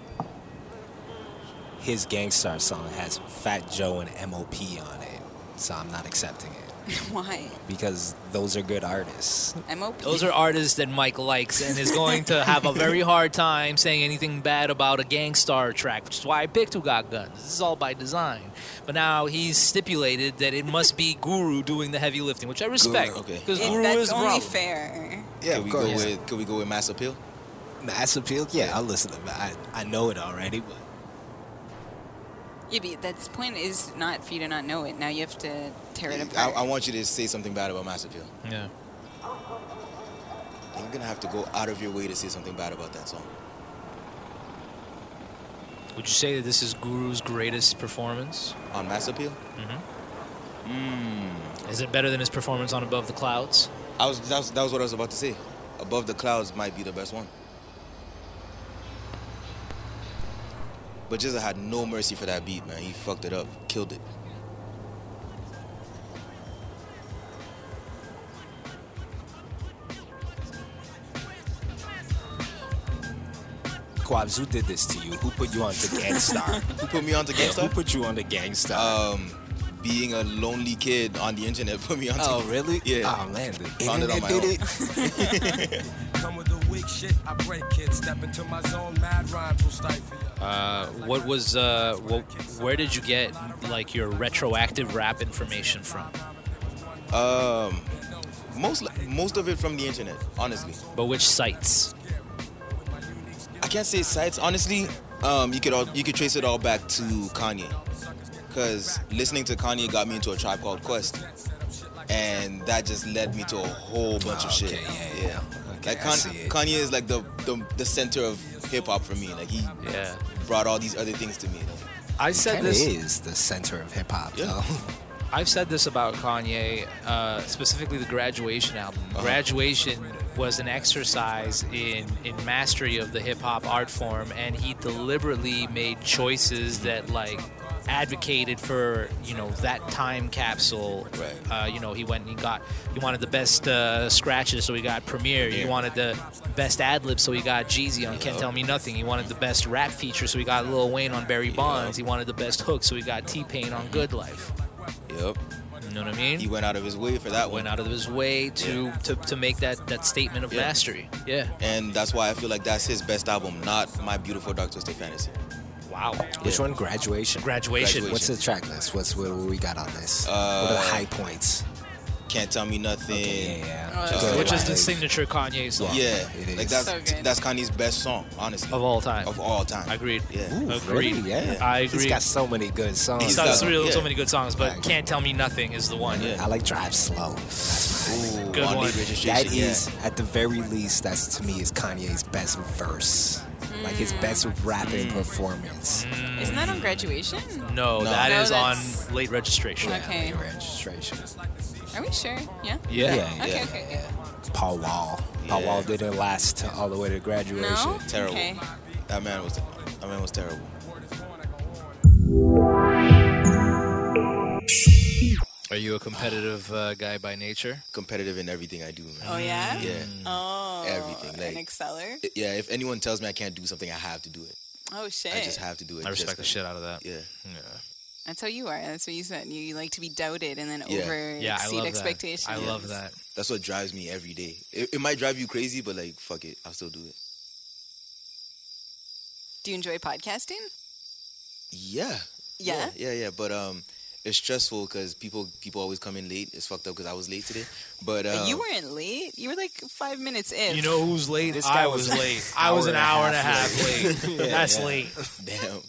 his Gangstar song has Fat Joe and MOP on it, so I'm not accepting it
Why?
because those are good artists.
MOP.
Those are artists that Mike likes and is going to have a very hard time saying anything bad about a gangstar track, which is why I picked Who Got Guns. This is all by design. But now he's stipulated that it must be Guru doing the heavy lifting, which I respect.
Guru, okay.
Because
It-
Guru
that's
is
only
grown.
fair.
Yeah.
of
Could we go
course.
with Could we go with Mass Appeal?
Mass appeal? Yeah, I'll listen to that. I, I know it already, but
Yeah, but that's point is not for you to not know it. Now you have to tear it
I,
apart.
I want you to say something bad about Mass Appeal.
Yeah.
You're gonna have to go out of your way to say something bad about that song.
Would you say that this is Guru's greatest performance?
On Mass Appeal?
Is it better than his performance on Above the Clouds?
I was that, was that was what I was about to say. Above the clouds might be the best one. But Jizza had no mercy for that beat, man. He fucked it up, killed it.
Quabs, who did this to you? Who put you on to Gangstar?
Who put me on to
who
Gangstar?
put you on to Gangstar?
um, being a lonely kid on the internet put me on.
oh, really?
Yeah.
Oh man, the
Found it on
internet
my
did
own.
it.
Come with the weak shit, I break kids. Step into my zone, mad rhymes will stifle you.
Uh, what was, uh, what, where did you get, like, your retroactive rap information from?
Um, most most of it from the internet, honestly.
But which sites?
I can't say sites. Honestly, um, you could all you could trace it all back to Kanye, because listening to Kanye got me into a tribe called Quest, and that just led me to a whole bunch of shit.
Oh, Okay, yeah, yeah. Okay,
Like
I
Kan-
see it.
Kanye is like the, the the center of hip hop for me. Like he
Yeah.
brought all these other things to me. Like,
I said
Kinda
this.
is the center of hip hop,
Yeah.
though.
I've said this about Kanye, uh, specifically the Graduation album. Graduation was an exercise in, in mastery of the hip hop art form, and he deliberately made choices that like advocated for you know that time capsule.
Right.
Uh, you know he went and he got he wanted the best uh, scratches, so he got Premiere. He
Premiere.
wanted the best ad lib, so he got Jeezy on Can't Tell Me Nothing. He wanted the best rap feature, so he got Lil Wayne on Barry Bonds. He wanted the best hook, so he got T Pain on Good Life.
yep.
You know what I mean?
He went out of his way for that one.
went out of his way to to, to make that, that statement of
Yeah.
mastery. Yeah.
And that's why I feel like that's his best album, not My Beautiful Dark Twisted Fantasy.
Wow.
Which one? Graduation.
Graduation.
Graduation. Uh,
What's the track list? What's what, what we got on this? what are the high points?
Can't Tell Me Nothing.
Okay, yeah, yeah.
Oh,
Just
that's
Like
Uh, which is the
Life.
signature Kanye song
Yeah,
It is.
like that's
So good.
that's Kanye's best song, honestly,
of all time.
of all time.
Agreed.
Yeah.
Ooh,
Agreed.
really? Yeah.
I
He's
agree.
got so many good songs.
He's
He's
done
got-
so, real, so
yeah.
many good songs, but
Right.
Can't Tell Me Nothing is the one.
Yeah.
I like Drive Slow.
Ooh,
Good
on
one.
the registration,
That
yeah.
is, at the very least, that's to me is Kanye's best verse, like his
Mm.
best rapping performance.
Isn't that on graduation?
No,
No.
that
No,
is
that's-
on late registration.
Yeah,
Okay.
the
Mm.
registration.
Are we sure? Yeah.
Yeah.
Yeah.
Okay, okay, okay.
Paul Wall. Paul
Yeah.
Wall didn't last to all the way to graduation.
No?
Terrible.
Okay.
That man was that man was terrible.
Are you a competitive uh, guy by nature?
Competitive in everything I do, man.
Oh, yeah?
Yeah.
Oh.
Everything, like-
an exceller?
I- Yeah, if anyone tells me I can't do something, I have to do it.
Oh, shit.
I just have to do it.
I respect
just
the shit out of that.
Yeah.
Yeah.
That's how you are. That's what you said. You like to be doubted and then
Yeah.
over
Yeah, I
exceed
love
expectations.
that. I love that.
That's what drives me every day. It, it might drive you crazy, but like, fuck it, I'll still do it.
Do you enjoy podcasting?
Yeah.
Yeah?
Yeah, yeah. yeah. But um, it's stressful because people people always come in late. It's fucked up because I was late today. But um,
But you weren't late. You were like five minutes in.
You know who's late?
This guy
I
was
was late. I was an hour and a half late.
Yeah,
That's
yeah.
late.
Damn.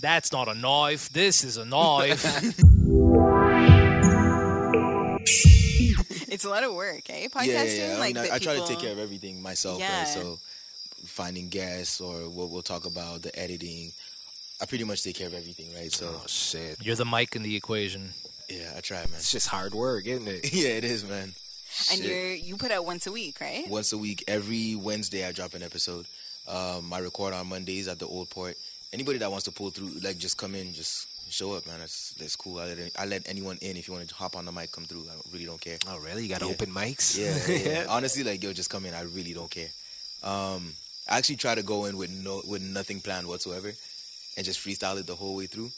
That's not a knife. This is a knife.
it's a lot of work, eh? Podcasting,
Yeah, yeah, yeah. I,
like
mean, I,
that
I try to take
people-
care of everything myself,
Yeah.
right? So finding guests or what we'll talk about, the editing. I pretty much take care of everything, right? So
Oh shit.
You're the mic in the equation.
yeah, I try, man.
It's just hard work, isn't it?
yeah, it is, man.
And
Shit.
you're you put out once a week, right?
once a week. Every Wednesday, I drop an episode. Um, I record on Mondays at the Old Port. Anybody that wants to pull through, like, just come in, just show up, man. That's that's cool. I let, I let anyone in. If you want to hop on the mic, come through. I don't- really don't care.
Oh really? You got
Yeah.
open mics?
Yeah, yeah, yeah. honestly, like, yo, just come in. I really don't care. Um, I actually try to go in with no with nothing planned whatsoever, and just freestyle it the whole way through,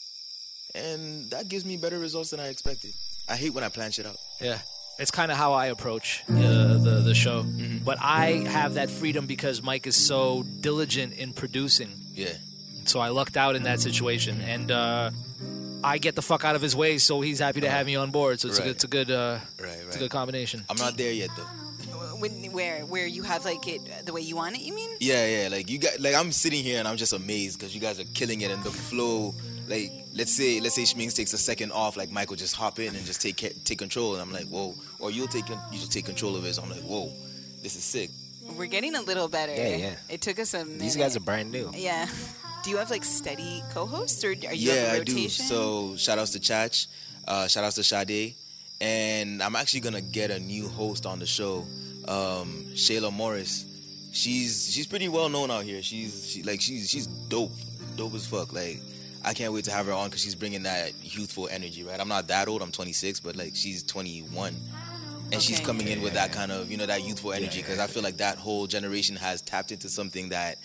and that gives me better results than I expected. I hate when I plan shit out.
Yeah. It's kind of how I approach uh, the the show, but I have that freedom because Mike is so diligent in producing.
Yeah,
So I lucked out in that situation, and uh, I get the fuck out of his way. So he's happy to have me on board. So it's a
Right.
good, it's a good, uh,
right,
it's a
right.
good combination.
I'm not there yet though.
When where where you have like it the way you want it, you mean?
Yeah, yeah. Like you got like I'm sitting here and I'm just amazed because you guys are killing it and the flow. Like let's say let's say Schmings takes a second off, like Michael just hop in and just take ca- take control, and I'm like whoa. Or you'll take con- you just take control of it. So I'm like whoa, this is sick.
We're getting a little better.
Yeah, yeah.
It took us a minute.
These guys are brand new.
Yeah. Do you have like steady co-hosts or are you
yeah,
have a
I do.
rotation?
So shout outs to Chach, uh, shout outs to Sade, and I'm actually gonna get a new host on the show, um, Shayla Morris. She's she's pretty well known out here. She's she, like she's she's dope, dope as fuck. Like I can't wait to have her on because she's bringing that youthful energy. Right, I'm not that old. I'm 26, but like she's 21. And she's
Okay.
coming in with that kind of, you know, that youthful energy because I feel like that whole generation has tapped into something that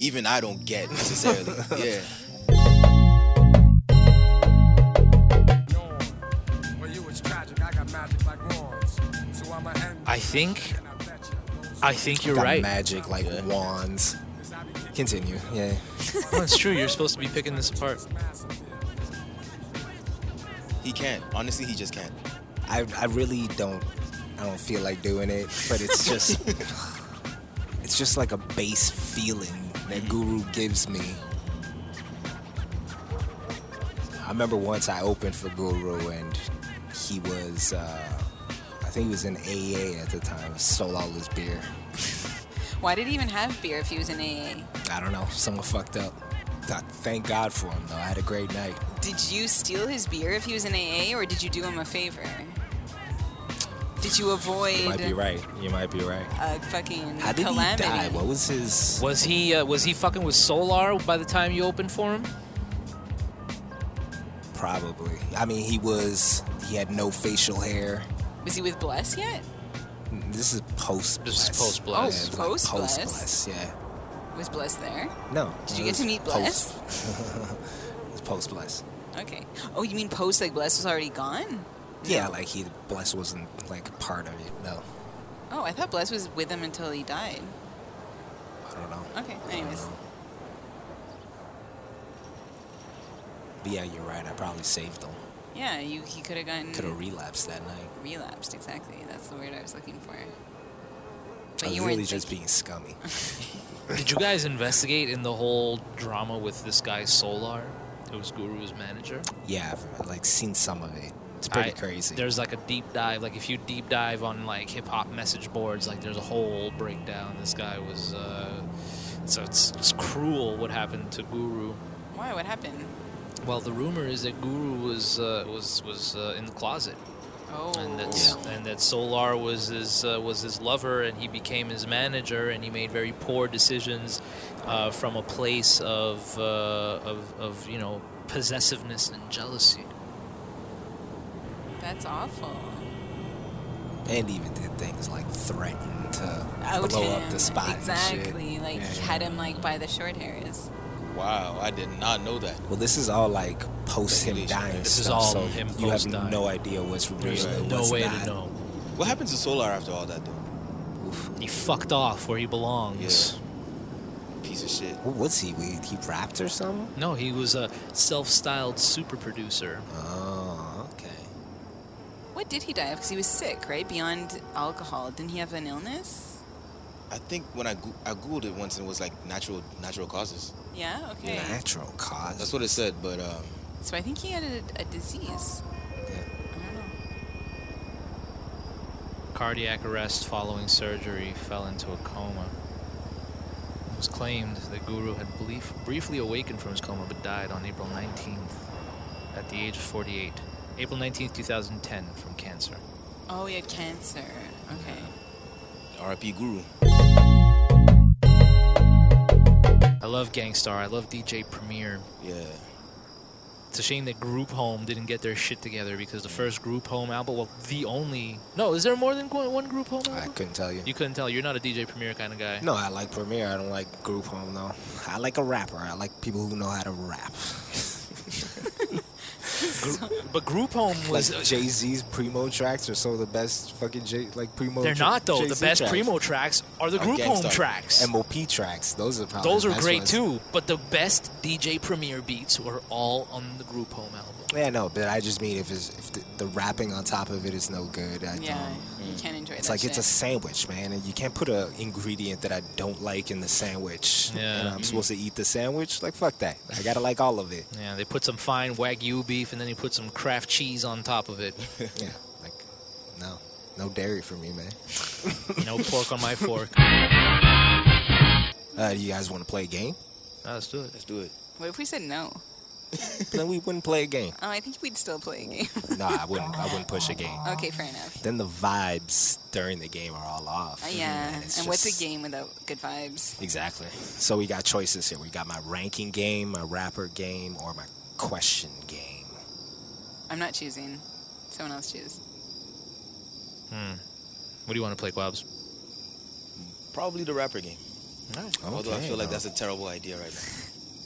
even I don't get necessarily. yeah.
Well, you was tragic. I got magic like wands. So I'ma end
I think,
and I bet you.
I think you're
Got
right.
magic like wands. Continue. Yeah.
Well, it's true. You're supposed to be picking this apart.
He can't. Honestly, he just can't.
I, I really don't I don't feel like doing it, but it's just it's just like a base feeling
Mm-hmm.
that Guru gives me. I remember once I opened for Guru and he was uh, I think he was in AA at the time, stole all his beer.
Why did he even have beer if he was in AA?
I don't know, someone fucked up. Th- Thank God for him though. I had a great night.
Did you steal his beer if he was in AA or did you do him a favor? Did you avoid
You might be right. You might be right.
a fucking
How did
calamity?
he die? What was his?
Was he uh, was he fucking with Solar by the time you opened for him?
Probably. I mean, he was. He had no facial hair.
Was he with Bless yet?
This is post.
This is post-bless.
Oh, post-bless.
Post bless. Yeah.
Was Bless there?
No.
Did you
it
get
was
to meet Bless?
Post, post bless.
Okay. Oh, you mean post like Bless was already gone?
Yeah, like he bless wasn't like a part of it. No.
Oh, I thought Bless was with him until he died.
I don't know.
Okay,
I don't
anyways.
know. But yeah, you're right. I probably saved him.
Yeah, you, he could have gotten
Could have relapsed that night.
relapsed. Exactly. That's the word I was looking for. But
I was
you
really
weren't
just
thinking-
being scummy.
Did you guys investigate in the whole drama with this guy Solar, who's Guru's manager?
Yeah, I've like seen some of it. It's pretty
I-
crazy.
There's like a deep dive. Like if you deep dive on like hip hop message boards, like there's a whole breakdown. This guy was. Uh, so it's, it's cruel what happened to Guru.
Why? What happened?
Well, the rumor is that Guru was uh, was was uh, in the closet,
Oh.
and that's and that Solar was his uh, was his lover, and he became his manager, and he made very poor decisions uh, from a place of uh, of of you know possessiveness and jealousy.
That's awful.
and even did things like threaten to
Out
blow
Oh, him.
up the spot.
Exactly.
And shit.
Like
Yeah, yeah.
had him like by the short hairs.
Wow, I did not know that.
Well, this is all like post him
Speculation.
dying.
This is
stuff,
all
so
him
You
post
have
dying.
no idea what's real.
There's
and
no
what's
way
not.
to know.
What happens to Solar after all that though?
He fucked off where he belongs.
Piece of shit.
What was he? We, he rapped or something?
No, he was a self-styled super producer.
Oh, okay.
What did he die of? Because he was sick, right? Beyond alcohol, didn't he have an illness?
I think when I goo- I googled it once and it was like natural natural causes.
Yeah. Okay.
Natural cause.
That's what it said, but um,
So I think he had a, a disease. I don't know.
Cardiac arrest following surgery fell into a coma. It was claimed that Guru had belief, briefly awakened from his coma but died on April 19th at the age of 48. April 19th, 2010, from cancer.
Oh, he had cancer. Okay.
R.I.P. Guru.
I love Gangstar. I love DJ Premier.
Yeah.
It's a shame that Group Home didn't get their shit together because the first Group Home album, well, the only. No, is there more than one one Group Home
I
album?
couldn't tell you.
You couldn't tell. You're not a DJ Premier kind of guy.
No, I like Premiere. I don't like group home though. I like a rapper. I like people who know how to rap.
But Group Home
Like
was. uh,
Jay Z's primo tracks are some of the best fucking Jay like primo.
they're
tra-
not though. the
Jay-Z
best
tracks.
Primo tracks are the
Are
Group Home
Gangstar.
tracks.
MOP tracks. Those are probably
Those
the
are
best
great
ones.
too. But the best DJ Premier beats were all on the Group Home album.
Yeah, no, but I just mean if it's if the, the rapping on top of it is no good. I
Yeah,
don't.
you can't enjoy
It's
that.
like it's a
shit.
sandwich, man, and you can't put a ingredient that I don't like in the sandwich.
Yeah.
And
Mm-hmm.
I'm supposed to eat the sandwich? Like fuck that. I gotta like all of it.
Yeah, they put some fine Wagyu beef and then they put some Kraft cheese on top of it.
yeah. Like no. No dairy for me, man.
no pork on my fork.
Uh, you guys want to play a game?
Ah, let's do it.
Let's do it.
What if we said no?
then we wouldn't play a game.
Oh, I think we'd still play a game.
No, I wouldn't. I wouldn't push a game.
okay, fair enough.
Then the vibes during the game are all off.
Uh, yeah,
it's
and what's
just-
a game without good vibes?
Exactly. So we got choices here. We got my ranking game, my rapper game, or my question game.
I'm not choosing. Someone else choose.
What do you want to play, Quabs?
Probably the rapper game. Although I
Okay,
feel like
no.
that's a terrible idea right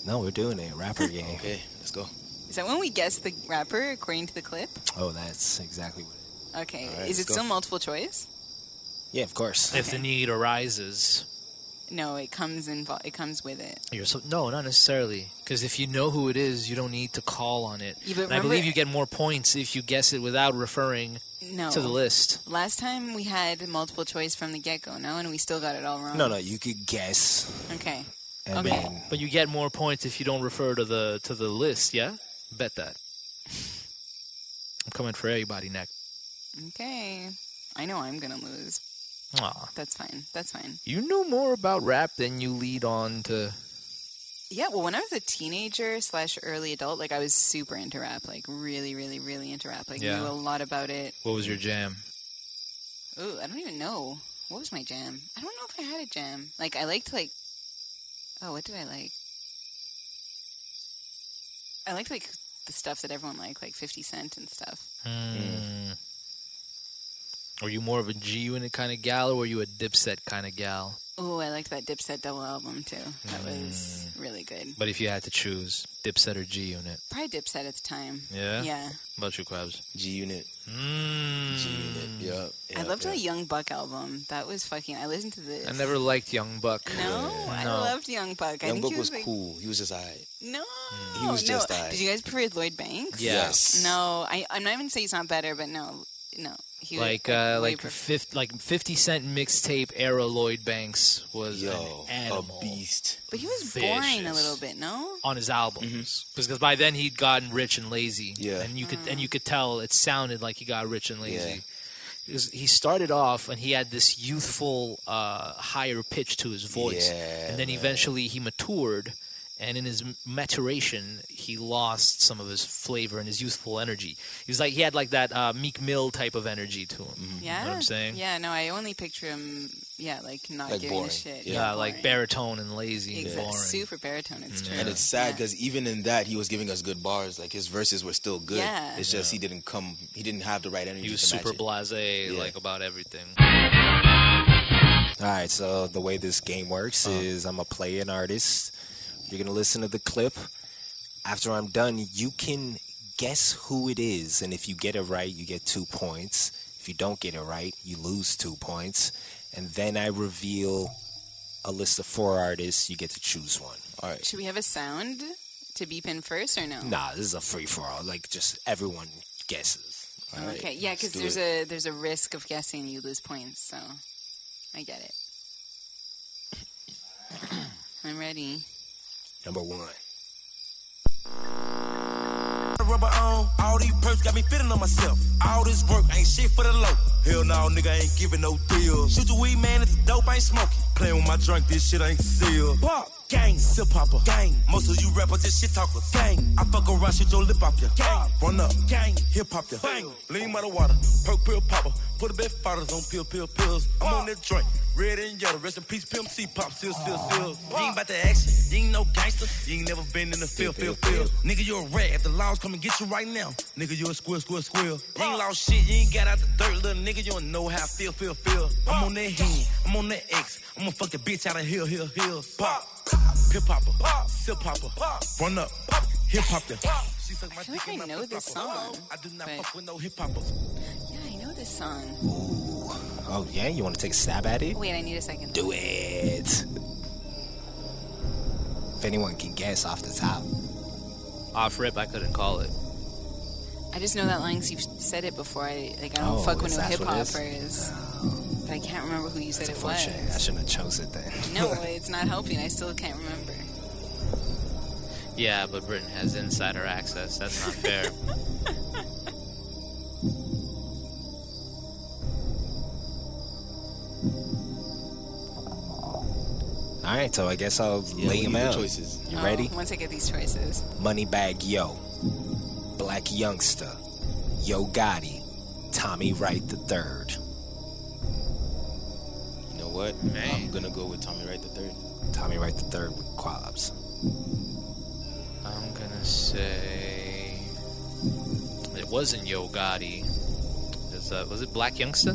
now.
No, we're doing it. Rapper game.
Okay, let's go.
Is that when we guess the rapper according to the clip?
Oh, that's exactly what. it
Okay.
All right,
Is
let's
it
go.
still multiple choice?
Yeah, of course.
If the need arises,
No, it comes in. It comes with it.
you're so no, not necessarily. Because if you know who it is, you don't need to call on it.
Yeah, but
and I
remember-
believe you get more points if you guess it without referring
No.
to the list.
Last time we had multiple choice from the get go. No, and we still got it all wrong.
No, no, you could guess,
Okay.
and
Okay.
then
But you get more points if you don't refer to the to the list, yeah? Bet that. I'm coming for everybody neck.
Okay. I know I'm gonna lose.
Aw.
That's fine. That's fine.
You know more about rap than you lead on to
Yeah, well, when I was a teenager slash early adult, like I was super into rap, like really, really, really into rap. Like
Yeah.
knew a lot about it.
what was your jam?
Ooh, I don't even know what was my jam. I don't know if I had a jam. Like I liked like, oh, what did I like? I liked like the stuff that everyone liked, like Fifty Cent and stuff.
Were you more of a G unit kind of gal or were you a dipset kind of gal?
Oh, I liked that Dipset double album too. That
Mm.
was really good.
But if you had to choose Dipset or G Unit,
Probably Dipset at the time.
Yeah?
Yeah.
what about you, Quabs?
G Unit. G Unit.
Mm.
Yeah.
I loved that Young Buck album. That was fucking. I listened to this.
I never liked Young Buck.
No, I
No.
loved Young Buck. I think
Young Buck
he
was
was, like,
cool. He was just I.
No,
He was
no.
just aight.
Did you guys parade Lloyd Banks?
Yeah.
Yes.
No, I, I'm not even saying he's not better, but no, no. He was,
like uh,
way
like
prefer-
fifty like fifty cent mixtape era Lloyd Banks was
Yo,
an animal
a beast.
but he was boring a
vicious.
little bit. No,
on his albums because by then he'd gotten rich and lazy.
Mm-hmm. Yeah.
and you could
Mm.
and you could tell it sounded like he got rich and
Yeah.
lazy. 'Cause He started off and he had this youthful, uh, higher pitch to his voice,
Yeah,
and then
man.
eventually he matured. And in his m- maturation, he lost some of his flavor and his youthful energy. He was like he had like that uh, Meek Mill type of energy to him.
Mm-hmm.
yeah.
know what I'm saying?
Yeah, no. I only picture him. Yeah, like not
Like
giving
boring.
a shit.
Yeah, Uh,
boring.
like baritone and lazy and
Exact-
boring. Mm-hmm.
Super baritone. It's true.
And it's sad
Yeah.
because even in that, he was giving us good bars. Like his verses were still good.
Yeah.
It's just he didn't come. He didn't have the right energy.
He was
to match
super
it.
blasé,
Yeah.
like about everything.
All right, so the way this game works is I'm going to play an artist. You're going to listen to the clip. After I'm done, you can guess who it is. And if you get it right, you get two points. If you don't get it right, you lose two points. And then I reveal a list of four artists. You get to choose one. Oh,
All right.
Should we have a sound to beep in first or no?
Nah, this is a free for all. Like, just everyone guesses.
All right.
Oh, okay. Yeah,
Let's
because
do
there's
it.
a there's a risk of guessing you lose points. So I get it. I'm ready.
Number one.
Rubber on, all these perks got me fitting on myself. All this work ain't shit for the low. Hell no, nigga ain't giving no deal. Shoot your weed, man, it's dope, I ain't smoking. Playing with my drink, this shit ain't sealed. Pop, gang, sip popper, gang. Most of you rappers just shit talkers, gang. I fuck around, shoot your lip off ya, gang. Run up, gang, hip hop ya, bang. Lean by the water, perk pill popper. Put a bit fighters on pill, pill, pills. I'm on that drink, red and yellow. Rest in peace, Pimp C, pop, seal, seal, seal. You ain't about to action, you ain't no gangster. You ain't never been in the field, field, field. Nigga, you a rat. If the laws come and get you right now, nigga, you a squirrel, squirrel, squirrel. You ain't lost shit, you ain't got out the dirt, little nigga. You don't know how I feel, feel, feel. I'm on that hand, I'm on that X. I'm gonna fuck the bitch out of hill, hill, hill. Pop, pip popper, sip popper, run up, hip hop ya. She suck my
feel like
dick and
I
my
know
flip
this
flopper.
song,
I do not
but-
fuck with no hip hoppers.
Yeah, I know this song. Oh,
Oh, yeah? You want to take a stab at it?
Wait, I need a second.
Do it. If anyone can guess off the top.
Off rip, I couldn't call it.
I just know that line 'cause you've said it before. I like I don't
Oh,
fuck with
is
no
that
hip
what it is?
hopper is. But I can't remember who you said it was.
Unfortunately, I shouldn't have chose it then.
No, it's not helping. I still can't remember.
Yeah, but Britain has insider access. That's not fair.
All right, so I guess I'll
Yeah,
lay
we
them
need the
out.
Choices.
You
Oh,
ready?
Once I get these choices.
Moneybag Yo, Black Youngster, Yo Gotti, Tommy Wright III.
You know what? I'm gonna go with Tommy Wright the third.
Tommy Wright III with quabs.
I'm gonna say it wasn't Yo Gotti. Is, uh, was it Black Youngster?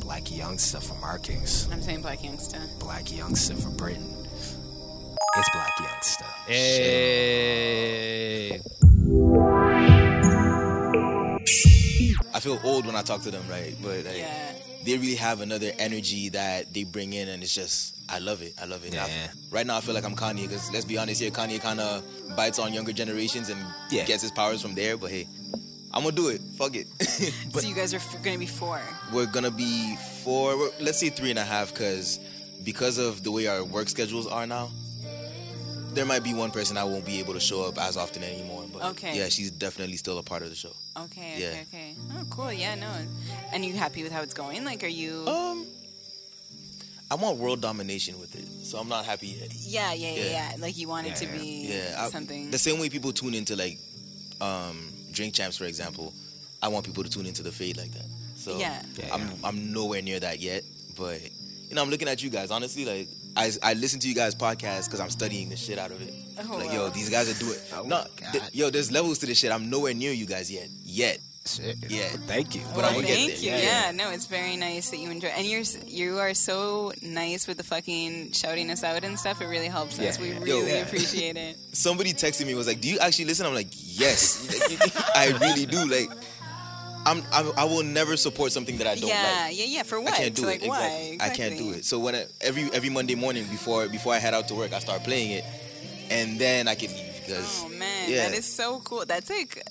Black Youngster for Markings,
I'm saying Black Youngsta.
Black Youngster for Britain. It's Black Youngster.
Hey.
I feel old when I talk to them, right? But like,
Yeah.
they really have another energy that they bring in, and it's just I love it. I love it. I-
Yeah.
right now, I feel like I'm Kanye because let's be honest here, Kanye kind of bites on younger generations and
Yeah.
gets his powers from there. But hey, I'm gonna do it. Fuck it. but
so you guys are f- going to be four.
we're gonna be four. we're- Let's say three and a half because because of the way our work schedules are now. There might be one person I won't be able to show up as often anymore, but
Okay.
yeah, she's definitely still a part of the show.
Okay, okay,
Yeah.
okay. Oh, cool. Yeah, no. And you happy with how it's going? Like, are you?
Oh.
Um, I want world domination with it, so I'm not happy yet.
yeah, yeah, yeah,
yeah.
yeah. Like you want it to
Yeah,
be
Yeah, I-
something.
The same way people tune into like um, Drink Champs, for example. I want people to tune into the fade like that. So
Yeah.
Yeah,
I'm I'm nowhere near that yet, but you know I'm looking at you guys. Honestly, like I, I listen to you guys' podcasts because I'm studying the shit out of it.
Oh,
like
wow.
Oh,
yo, these guys are doing. no, th- yo, there's levels to this shit. I'm nowhere near you guys yet. Yet.
Shit.
Yeah.
Thank you.
But I will get
Thank
there.
you. Yeah. no, it's very nice that you enjoy, and you're s- you are so nice with the fucking shouting us out and stuff. It really helps us. We really
yeah.
appreciate it.
somebody texted me was like, "Do you actually listen?" I'm like, "Yes, I really do." Like, I'm, I'm I will never support something that I don't
yeah,
like.
yeah, yeah. For what?
I can't do
like
it.
why?
Exactly. I can't do
Exactly.
it. So when I, every every Monday morning before before I head out to work, I start playing it, and then I can leave because
Oh man,
yeah,
that is so cool. That's like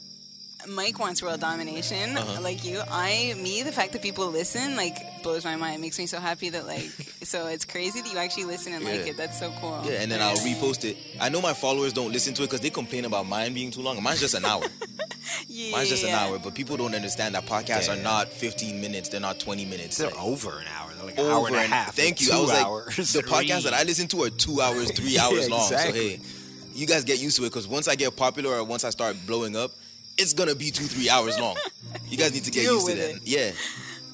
Mike wants world domination,
Uh-huh.
like you. I, me, the fact that people listen like blows my mind. It makes me so happy that like, so it's crazy that you actually listen and like
Yeah.
it. That's so cool.
yeah, and then I'll repost it. I know my followers don't listen to it because they complain about mine being too long. Mine's just an hour.
yeah.
Mine's just an hour. But people don't understand that podcasts are not 15 minutes. They're not 20 minutes.
They're
Like,
over an hour. They're like an
Oh,
hour
over
and a
and-
half. or
Thank you.
Two
I was
hours.
like, the podcasts that I listen to are two hours, three hours
Yeah,
long.
exactly.
So hey, you guys get used to it because once I get popular or once I start blowing up, it's gonna be two, three hours long. You guys need to get
Deal
used to
with
that. Yeah,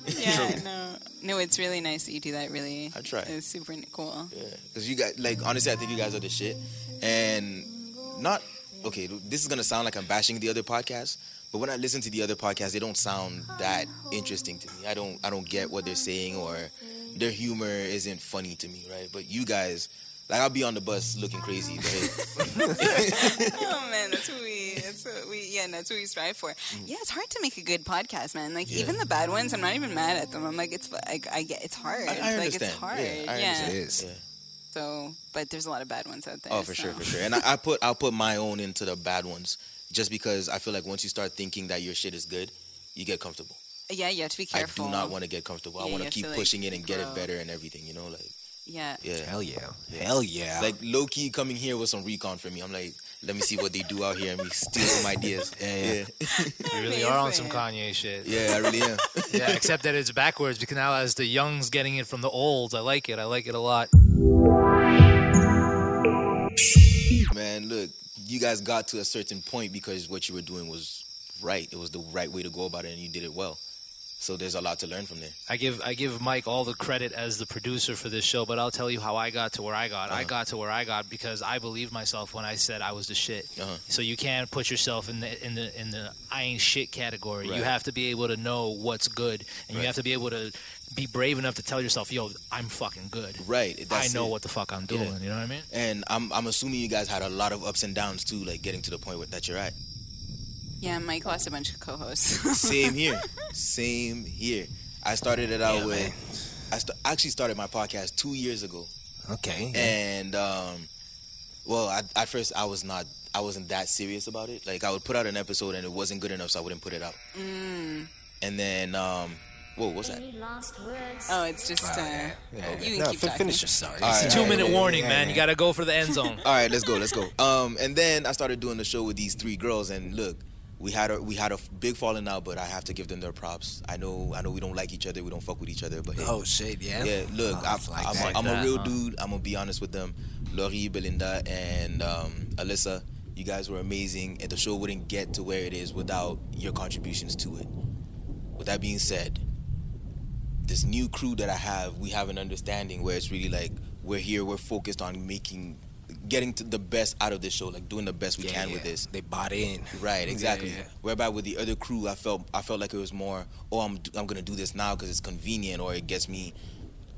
Yeah, no, no. It's really nice that you do that. Really,
I try.
It's super cool.
because you guys, like, honestly, I think you guys are the shit. And not okay. This is gonna sound like I'm bashing the other podcasts, but when I listen to the other podcasts, they don't sound that interesting to me. I don't, I don't get what they're saying or their humor isn't funny to me, right? But you guys. Like I'll be on the bus looking crazy, but hey,
oh man, that's what we, that's what we, yeah, that's what we strive for.
Mm.
Yeah, it's hard to make a good podcast, man. Like even the bad ones, I'm not even mad at them. I'm like, it's like I get, it's hard.
I
like it's
understand.
hard.
Yeah, I
It
understand.
is.
So, but there's a lot of bad ones out there.
Oh, for
so.
sure, for sure. And I, I put I'll put my own into the bad ones just because I feel like once you start thinking that your shit is good, you get comfortable.
Yeah, you have to be careful.
I do not want to get comfortable.
Yeah,
I
you
want to
have
keep
to, like,
pushing it and get
grow.
it better and everything. You know, like
Yeah.
yeah.
Hell yeah. Hell yeah.
Like low key coming here was some recon for me. I'm like, let me see what they do out here and me steal some ideas.
Yeah, yeah.
You really are on some Kanye shit.
yeah, I really am.
yeah, except that it's backwards because now as the young's getting it from the olds, I like it. I like it a lot.
Man, look, you guys got to a certain point because what you were doing was right. It was the right way to go about it, and you did it well. So there's a lot to learn from there.
I give I give Mike all the credit as the producer for this show, but I'll tell you how I got to where I got.
Uh-huh.
I got to where I got because I believed myself when I said I was the shit.
Uh-huh.
So you can't put yourself in the in the in the I ain't shit category. You
Right.
have to be able to know what's good, and you
Right.
have to be able to be brave enough to tell yourself, "Yo, I'm fucking good.
Right.
I
that's
know
it.
what the fuck I'm
Yeah.
doing." You know what I mean?
And I'm I'm assuming you guys had a lot of ups and downs too, like getting to the point where, that you're at.
Yeah, Mike lost a bunch of co-hosts.
Same here. Same here. I started it out with. I st- actually started my podcast two years ago,
Okay.
and um, well, I, at first I was not. I wasn't that serious about it. Like I would put out an episode and it wasn't good enough, so I wouldn't put it out.
Mm.
And then, um, whoa, what's that?
oh, it's just. Uh, You can
no,
keep
fi-
talking.
finish your story.
All right,
Two minute
yeah,
warning,
yeah,
man.
yeah.
You gotta go for the end zone.
All right, let's go, let's go. Um, and then I started doing the show with these three girls, and look, we had a we had a big falling out, but I have to give them their props. I know I know we don't like each other, we don't fuck with each other, but hey,
Oh shit. Yeah.
yeah, look,
Oh,
I,
it's like
I'm,
that.
a, I'm
Like
a real
that, huh?
dude. I'm gonna be honest with them. Laurie, Belinda, and um, Alyssa, you guys were amazing, and the show wouldn't get to where it is without your contributions to it. With that being said, this new crew that I have, we have an understanding where it's really like we're here, we're focused on making, getting to the best out of this show, like doing the best we
Yeah,
can
yeah.
with this.
They bought in.
Right, exactly.
yeah.
Whereby with the other crew, I felt I felt like it was more, oh, I'm I'm gonna do this now because it's convenient or it gets me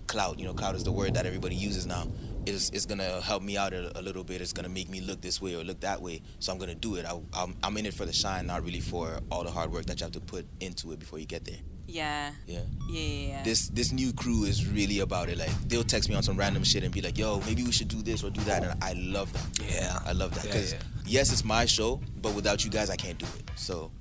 clout. You know, clout is the word that everybody uses now. It's it's gonna help me out a, a little bit. It's gonna make me look this way or look that way. So I'm gonna do it. I, I'm I'm in it for the shine, not really for all the hard work that you have to put into it before you get there.
yeah.
Yeah.
Yeah. Yeah. yeah.
This this new crew is really about it. Like they'll text me on some random shit and be like, "Yo, maybe we should do this or do that," and I love that.
Yeah.
I love that
Yeah,
because
yeah.
yes, it's my show, but without you guys, I can't do it. So,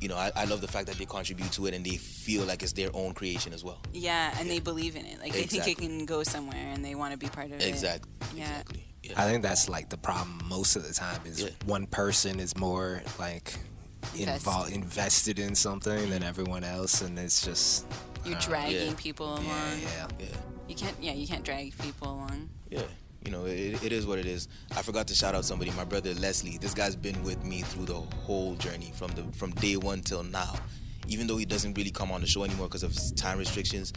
you know, I, I love the fact that they contribute to it and they feel like it's their own creation as well.
yeah, and they believe in it. Like they think it
Exactly.
can go somewhere, and they want to be part of it.
Exactly.
Yeah.
Exactly. Yeah.
I think that's like the problem most of the time is
Yeah.
one person is more like
Invest.
involved, invested in something
Mm-hmm.
than everyone else, and it's just
You're dragging
yeah.
people along.
yeah, yeah.
yeah.
You can't. Yeah, you can't drag people along.
yeah you know it, it is what it is i forgot to shout out somebody my brother leslie this guy's been with me through the whole journey from the from day one till now even though he doesn't really come on the show anymore because of s- time restrictions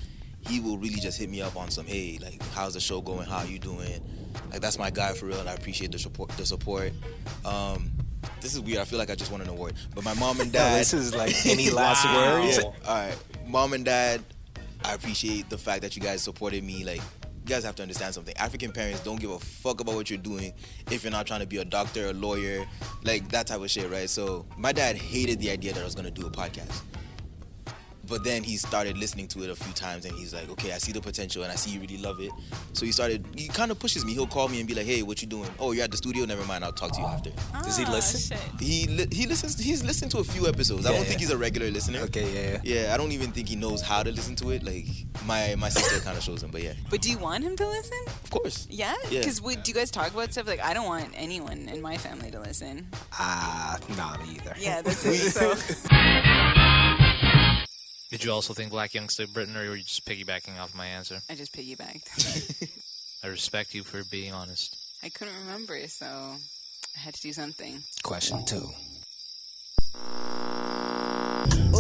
he will really just hit me up on some hey like how's the show going how you doing like that's my guy for real and i appreciate the support the support um This is weird. I feel like I just won an award. But my mom and
No,
dad.
this is like any last words.
Yeah. All right, mom and dad, I appreciate the fact that you guys supported me. Like, you guys have to understand something. African parents don't give a fuck about what you're doing if you're not trying to be a doctor, a lawyer, like that type of shit, right? So my dad hated the idea that I was gonna do a podcast. But then he started listening to it a few times and he's like, okay, I see the potential and I see you really love it. So he started, he kind of pushes me. He'll call me and be like, hey, what you doing? Oh, you're at the studio? Never mind, I'll talk to you after.
Does he
Ah,
listen?
shit.
He li- he listens, he's listened to a few episodes. I
Yeah,
don't
yeah.
think he's a regular listener.
Okay, yeah, yeah.
Yeah, I don't even think he knows how to listen to it. Like my my sister kind of shows him, but yeah,
But do you want him to listen?
of course.
Yeah?
Yeah.
Because do you guys talk about stuff? Like, I don't want anyone in my family to listen.
Ah, nah, me either.
Yeah, that's it. So.
Did you also think Black Youngster Britain, or were you just piggybacking off my answer?
I just piggybacked.
I respect you for being honest.
I couldn't remember, so I had to do something.
Question two.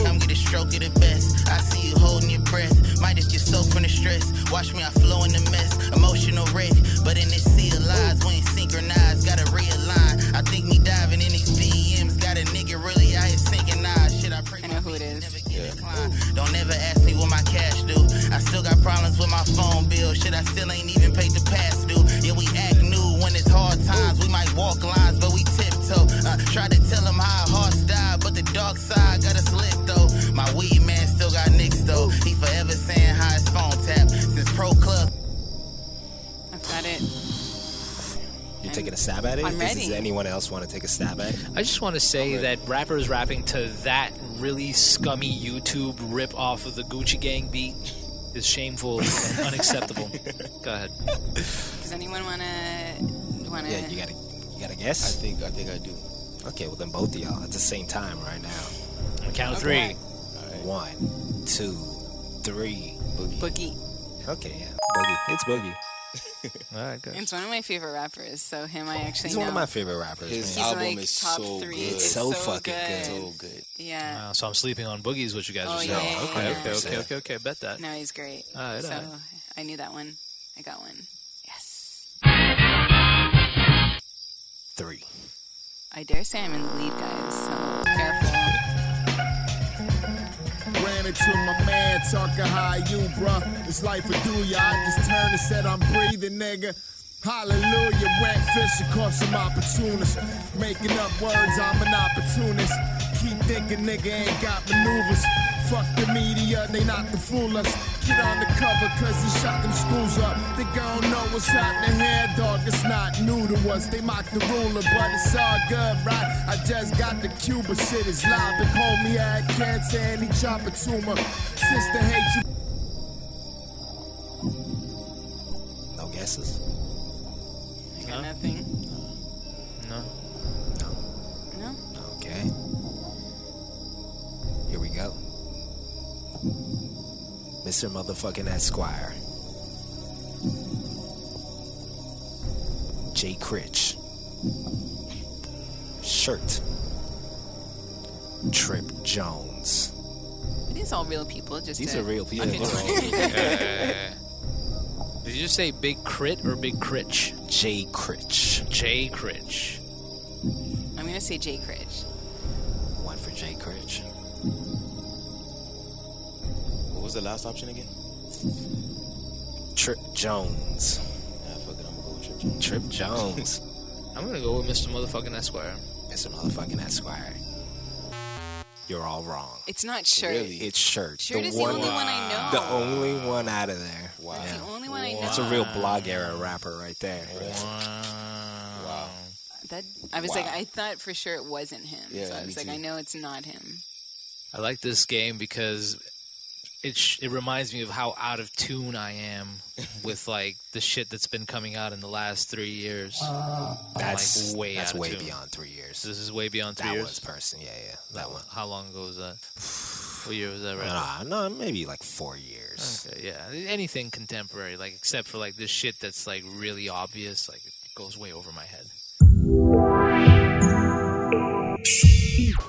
Come get a stroke of the best. I see you holding your breath. Might as just soak from the stress. Watch me, I flow in the mess. Emotional wreck. But in this sea of lies, we ain't synchronized. Gotta realign. I think me diving in these DMs. Got a nigga really out here sinking eyes. Shit, I pray
I know who it is.
never get inclined. Don't ever ask me what my cash do. I still got problems with my phone bill. Shit, I still ain't even paid the past due. Yeah, we act new when it's hard times. We might walk lines, but we tiptoe. Uh, try to tell 'em how a horse died, but the dark side got us lit though. My weed man still got nicks though. He forever saying how his phone tap since pro club.
I've got it.
You're taking a stab at it?
I'm
Does
ready.
anyone else want to take a stab at it?
I just want to say that rappers rapping to that really scummy YouTube rip off of the Gucci Gang beat is shameful and unacceptable. Go ahead.
Does anyone want to want to?
Yeah, you gotta you gotta
I
guess?
think I think I do.
Okay, well then both of y'all at the same time right now.
On the count of
Okay.
three.
One, two, three. Boogie.
Boogie.
Okay, yeah. Boogie. It's Boogie.
All right, good.
It's one of my favorite rappers, so him I actually
He's
know.
one of my favorite rappers,
His
He's
man.
album
like
is
top
so
three.
good.
It's
So
so
fucking
good.
So good.
Yeah.
Wow, Uh, so I'm sleeping on boogies, what you guys
Oh,
are
yeah,
saying.
yeah,
okay,
yeah.
okay, okay, okay, okay, bet that.
No, he's great.
Alright,
so
alright.
I knew that one. I got one. Yes.
Three.
I dare say I'm in the lead, guys. So careful.
Ran into my man talking how you, bruh. It's life a do ya. I just turned and said I'm breathing, nigga. Hallelujah, wet fish across some opportunists. Making up words, I'm an opportunist. Keep thinking, nigga ain't got maneuvers. Fuck the media, they not to fool us. Get on the cover, cause he shot them schools up. They gon' know what's happening here, dog. It's not new to us. They mock the ruler, but it's all good, right? I just got the Cuba shit is live. They call me I had cancer and he chop a tumor. Sister hate you.
No guesses?
Got nothing.
No.
No.
Okay. Here we go. Mr. Motherfucking Esquire. Jay Critch. Shirt. Trip Jones.
These all real people. Just
These
to-
are real people.
Did you just say Big Crit or Big Critch?
Jay Critch.
J Critch.
I'm gonna say Jay Critch.
One for Jay Critch.
What was the last option again?
Trip Jones.
Nah, fuck it, I'm gonna go with Trip Jones.
Trip Jones.
I'm gonna go with Mr. Motherfucking Esquire.
Mr. Motherfucking Esquire. You're all wrong.
It's not shirt.
Really?
It's shirt.
Shirt is the only one I know.
The only one out of there. Wow.
That's the only one I know.
That's a real blog era rapper right there.
Wow.
That I was like, I thought for sure it wasn't him.
Yeah,
so I
me
was like,
too.
I know it's not him.
I like this game because it sh- it reminds me of how out of tune I am with like the shit that's been coming out in the last three years.
Uh,
I'm,
That's
like,
way that's
out of
way
tune.
beyond three years.
This is way beyond three
that
years.
was person. Yeah, yeah. That one.
How long ago was that? What year was that? Right.
Nah, no, maybe like four years.
Okay, yeah, anything contemporary, like except for like this shit that's like really obvious, like it goes way over my head.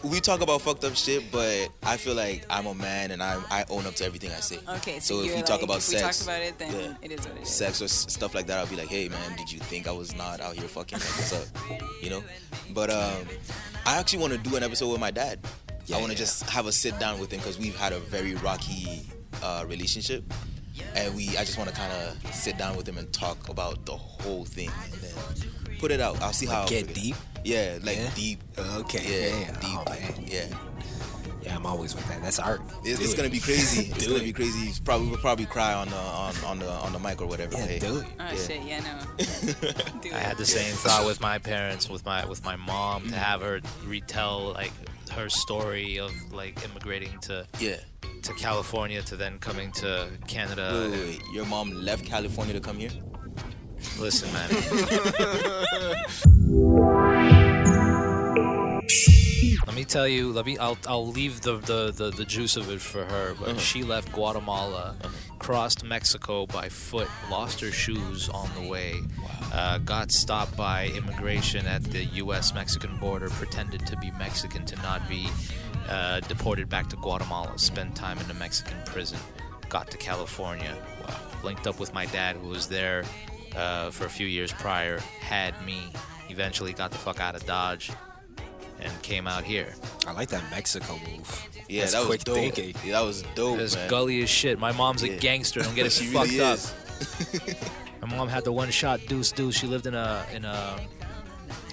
We talk about fucked up shit, but I feel like I'm a man and I I own up to everything I say.
Okay, so,
So if
you're
we
like,
talk about
if we
sex,
talk about it, then
yeah.
it is what it is.
sex or s- stuff like that, I'll be like, hey man, did you think I was not out here fucking? Like, what's up? You know? But um, I actually want to do an episode with my dad.
Yeah,
I want to
yeah.
just have a sit down with him because we've had a very rocky uh, relationship, and we I just want to kind of sit down with him and talk about the whole thing and then put it out. I'll see how I
get
figure it
deep?
out. Yeah, Uh-huh. like
Yeah?
deep.
Okay,
Yeah,
yeah,
deep.
oh, man.
yeah.
Yeah, I'm always with that. That's art.
It's,
Do
it's
it.
gonna be crazy. It's
Do
gonna
it.
be crazy. He's probably we'll probably cry on the on, on the on the mic or whatever.
Yeah,
Hey.
do it.
Oh shit, yeah, no. Do
I
it.
had the same thought with my parents, with my with my mom, to have her retell like her story of like immigrating to
Yeah.
to California to then coming to Canada.
Wait, wait, wait. Your mom left California to come here.
Listen, man. let me tell you. Let me. I'll. I'll leave the the, the, the juice of it for her. But she left Guatemala, crossed Mexico by foot, lost her shoes on the way, uh, got stopped by immigration at the U.S.-Mexican border, pretended to be Mexican to not be uh, deported back to Guatemala, spent time in a Mexican prison, got to California, linked up with my dad who was there uh, for a few years prior, had me, eventually got the fuck out of Dodge, and came out here.
I like that Mexico move.
Yeah,
That's
that was
quick
dope.
thinking.
Yeah, that was dope,
It's
man.
gully as shit. My mom's a
Yeah.
gangster. Don't get it
She
fucked
really
up.
is.
My mom had the one shot deuce deuce. She lived in a in a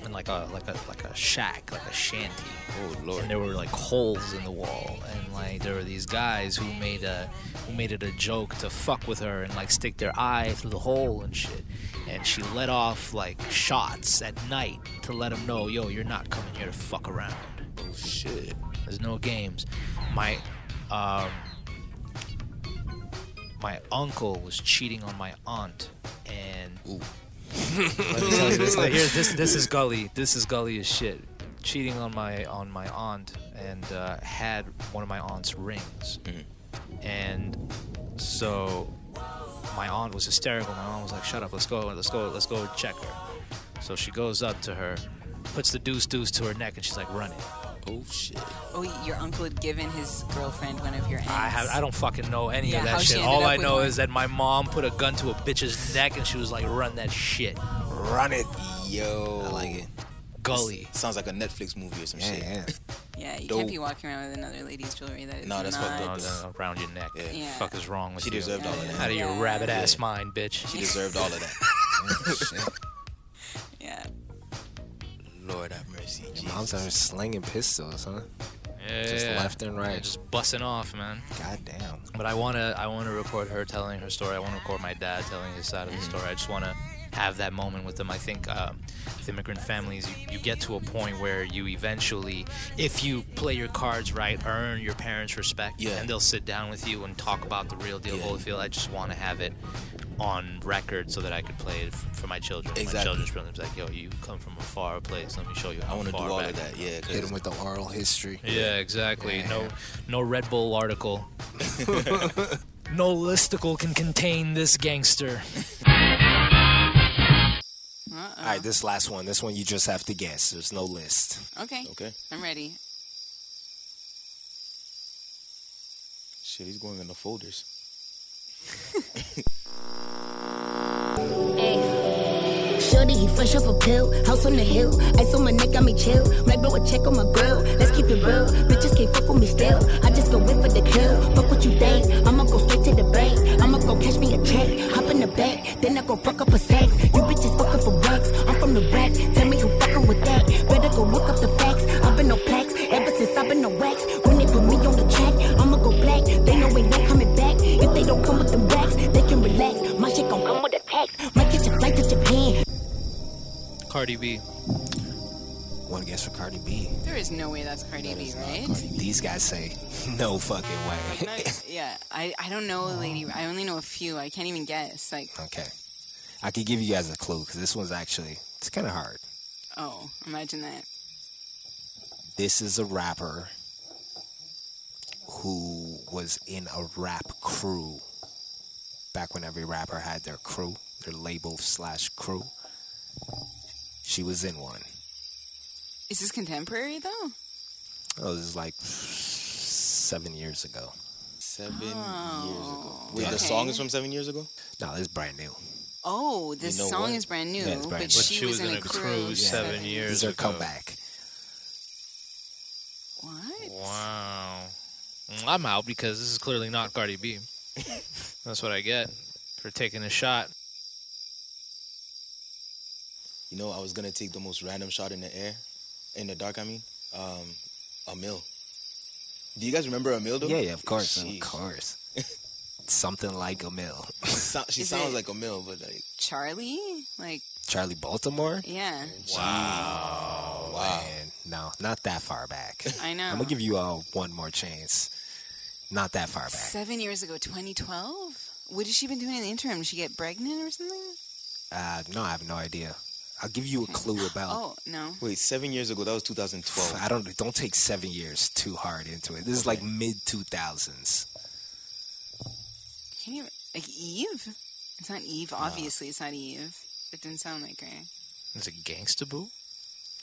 in like a like a like a shack, like a shanty.
Oh lord.
And there were like holes in the wall, and like there were these guys who made a who made it a joke to fuck with her and like stick their eye through the hole and shit. And she let off like shots at night to let them know, yo, you're not coming here to fuck around.
Oh shit.
There's no games. My um, my uncle was cheating on my aunt, and let me tell you this. Like, here's- this. This is gully. This is gully as shit. Cheating on my on my aunt and uh, had one of my aunt's rings, and so my aunt was hysterical. My aunt was like, "Shut up, let's go, let's go, let's go check her." So she goes up to her, puts the deuce deuce to her neck, and she's like, "Run it."
Oh shit.
Oh, your uncle had given his girlfriend one of your ends.
I have I don't fucking know any
Yeah,
of
how
that
she
shit.
ended
All
up
I
with
know
one.
is that my mom put a gun to a bitch's neck and she was like, "Run that shit,
Run it.
Yo.
I like it.
gully."
Sounds like a Netflix movie or some
Yeah,
shit.
yeah.
Yeah, you
Dope.
can't be walking around with another lady's jewelry. That is
No, that's
not.
fucked
No, no, no, around your neck.
Yeah.
Fuck is wrong with
She
you?
deserved all of that.
Out of your
Yeah.
rabbit ass
Yeah.
mind, bitch.
She deserved all of that.
Oh,
Yeah.
Lord have mercy. Jesus.
Moms are slinging pistols, huh?
Yeah,
Just
yeah.
left and right.
Just bussing off, man.
Goddamn.
But I wanna, I wanna record her telling her story. I wanna record my dad telling his side of
Mm-hmm.
the story. I just wanna have that moment with them. I think um, with immigrant families, you, you get to a point where you eventually, if you play your cards right, earn your parents' respect,
Yeah.
and they'll sit down with you and talk about the real deal.
Yeah.
Holyfield. I just wanna have it on record so that I could play it f- for my children. My
Exactly.
children's children. It's like, yo, you come from a far place. Let me show you. How
I want to do
far
all
back
of that. Yeah. 'cause
Hit them with the oral history.
yeah, exactly. No, no Red Bull article. no listicle can contain this gangster.
All right, this last one. This one you just have to guess. There's no list.
Okay.
Okay.
I'm ready.
Shit, he's going in the folders.
Shorty, he fresh off a pill. House on the hill. Ice on my neck got me chill. Red bro, a check on my grill. Let's keep it real. Bitches can't fuck with me still. I just go in for the kill. Fuck what you think. I'ma go straight to the bank. I'ma go catch me a check. Hop in the back. Then I go fuck up a sex. You bitches fucking for racks. I'm from the rack. Tell me who fucking with that. Better go look up the facts. I've been no plaques. Ever since I've been no wax. When they put me on the track, I'ma go black. They know ain't no coming back. If they don't come with them racks, they can relax. My shit gon' come with a tax. Might catch a flight to Japan.
Cardi B.
One guess for Cardi B.
There is no way that's Cardi B, right?
These guys say no fucking way.
yeah. I, I don't know a lady. I only know a few. I can't even guess. Like,
Okay. I could give you guys a clue because this one's actually it's kind of hard.
oh, imagine that.
This is a rapper who was in a rap crew back when every rapper had their crew, their label slash crew. She was in one.
Is this contemporary though?
Oh, this is like seven years ago.
Seven years ago. Wait,
Okay.
the song is from seven years ago?
No, this is brand new.
Oh, this
You know
song
what?
is brand new,
Yeah, it's brand
but
new.
she, was, in a crew
This is her comeback.
Mm, I'm out because this is clearly not Cardi B. That's what I get for taking a shot.
You know, I was gonna take the most random shot in the air, in the dark. I mean, um, a mill. Do you guys remember a mill? Though?
Yeah, yeah, of course,
Jeez.
of course. Something like a mill.
So- she
Is
sounds
it-
like a mill, but like,
Charlie? Like,
Charlie Baltimore.
yeah,
Wow,
Wow.
man, no, not that far back.
I know.
I'm gonna give you all one more chance. Not that far back.
Seven years ago, 2012? What has she been doing in the interim? Did she get pregnant or something?
Uh, no, I have no idea. I'll give you a clue
Uh,
about.
Oh, no.
wait, seven years ago, that was 2012.
I don't don't take seven years too hard into it. This is like mid two thousands.
Can you, like Eve? It's not Eve, obviously. It's not Eve. It didn't sound like her.
Is it Gangsta Boo?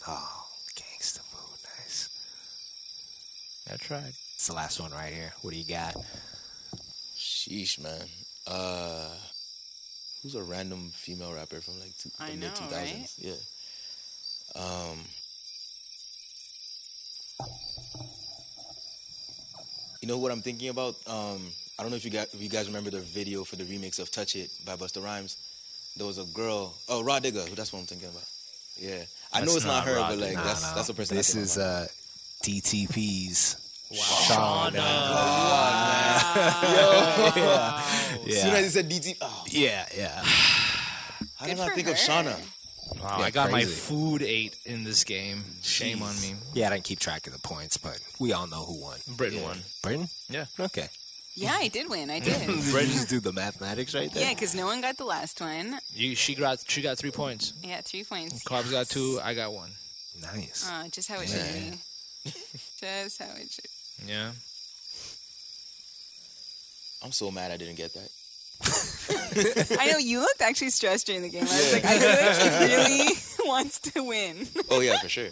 Oh, gangsta food, nice.
I tried.
It's the last one right here. What do you got?
Sheesh, man. Uh, who's a random female rapper from like two,
I
the
know,
mid 2000s?
right?
Yeah. Um. You know what I'm thinking about? Um, I don't know if you guys, if you guys remember the video for the remix of "Touch It" by Busta Rhymes. There was a girl. Oh, Rod Digger. That's what I'm thinking about. Yeah, I know
That's
it's not,
not
her,
Rod
but like
Nah,
that's
nah.
that's the person. I
This
think
is
about.
uh, DTP's.
Shauna.
As soon as
Yeah,
he said DT, oh,
yeah, yeah.
how
Good
did I
for
think
her.
of Shauna?
Wow,
Yeah,
I got my
crazy.
food ate in this game. Shame on me.
Yeah, I didn't keep track of the points, but we all know who won.
Britain won.
Britain?
Yeah.
Okay.
Yeah, I did win. I did.
Did you just do the mathematics right there?
yeah, because no one got the last one.
You, she got she got three points.
Yeah, three points.
Cobb's got two. I got one.
Nice.
Aw, just how it should be. just how it should
Yeah.
I'm so mad I didn't get that.
I know you looked actually stressed during the game. I was like, I feel like he really wants to win.
Oh yeah, for sure.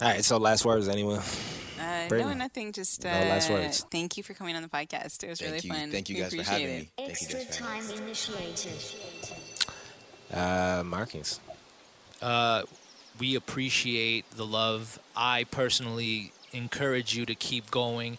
All right, so last words, anyone?
Uh, no,
Brittany.
nothing. Just uh,
No last words.
Thank you for coming on the podcast. It was really
Thank you,
fun.
thank you
We
guys for
appreciate
having
it.
me. Thank you guys for having me.
Uh, Markings.
we appreciate the love. I personally encourage you to keep going.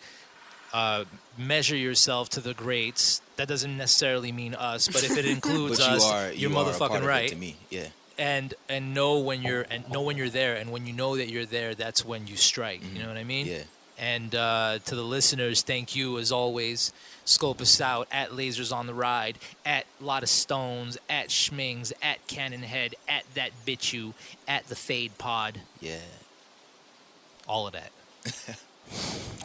Uh, measure yourself to the greats. That doesn't necessarily mean us, but if it includes
But you
us,
are
you're
you are a part
motherfucking
of it
right.
to me. Yeah.
And and know when you're and know when you're there. And when you know that you're there, that's when you strike. You know what I mean?
Yeah.
And uh, to the listeners, thank you as always. Scope us out at Lasers on the Ride, at Lot of Stones, at Schmings, at Cannonhead, at That Bitch You, at The Fade Pod
Yeah.
all of that.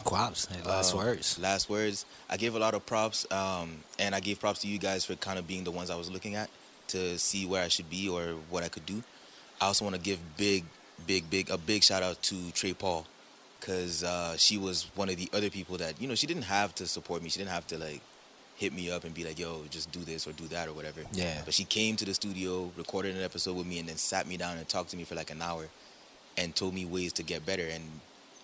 Quabs. Any last
Um,
words.
Last words. I gave a lot of props, um, and I gave props to you guys for kind of being the ones I was looking at to see where I should be or what I could do. I also want to give big, big, big a big shout out to Trey Paul, cause uh, she was one of the other people that you know she didn't have to support me. She didn't have to like hit me up and be like, "Yo, just do this or do that or whatever."
Yeah.
But she came to the studio, recorded an episode with me, and then sat me down and talked to me for like an hour, and told me ways to get better. And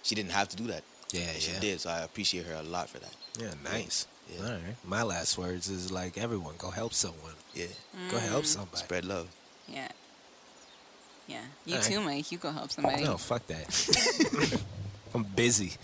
she didn't have to do that.
Yeah,
And she
yeah.
did. So I appreciate her a lot for that.
Yeah, nice.
Yeah.
All right. My last words is like everyone go help someone.
Yeah.
Mm.
Go help somebody.
Spread love.
Yeah. Yeah. You
All right.
too, Mike. You go help somebody.
No, fuck that. I'm busy.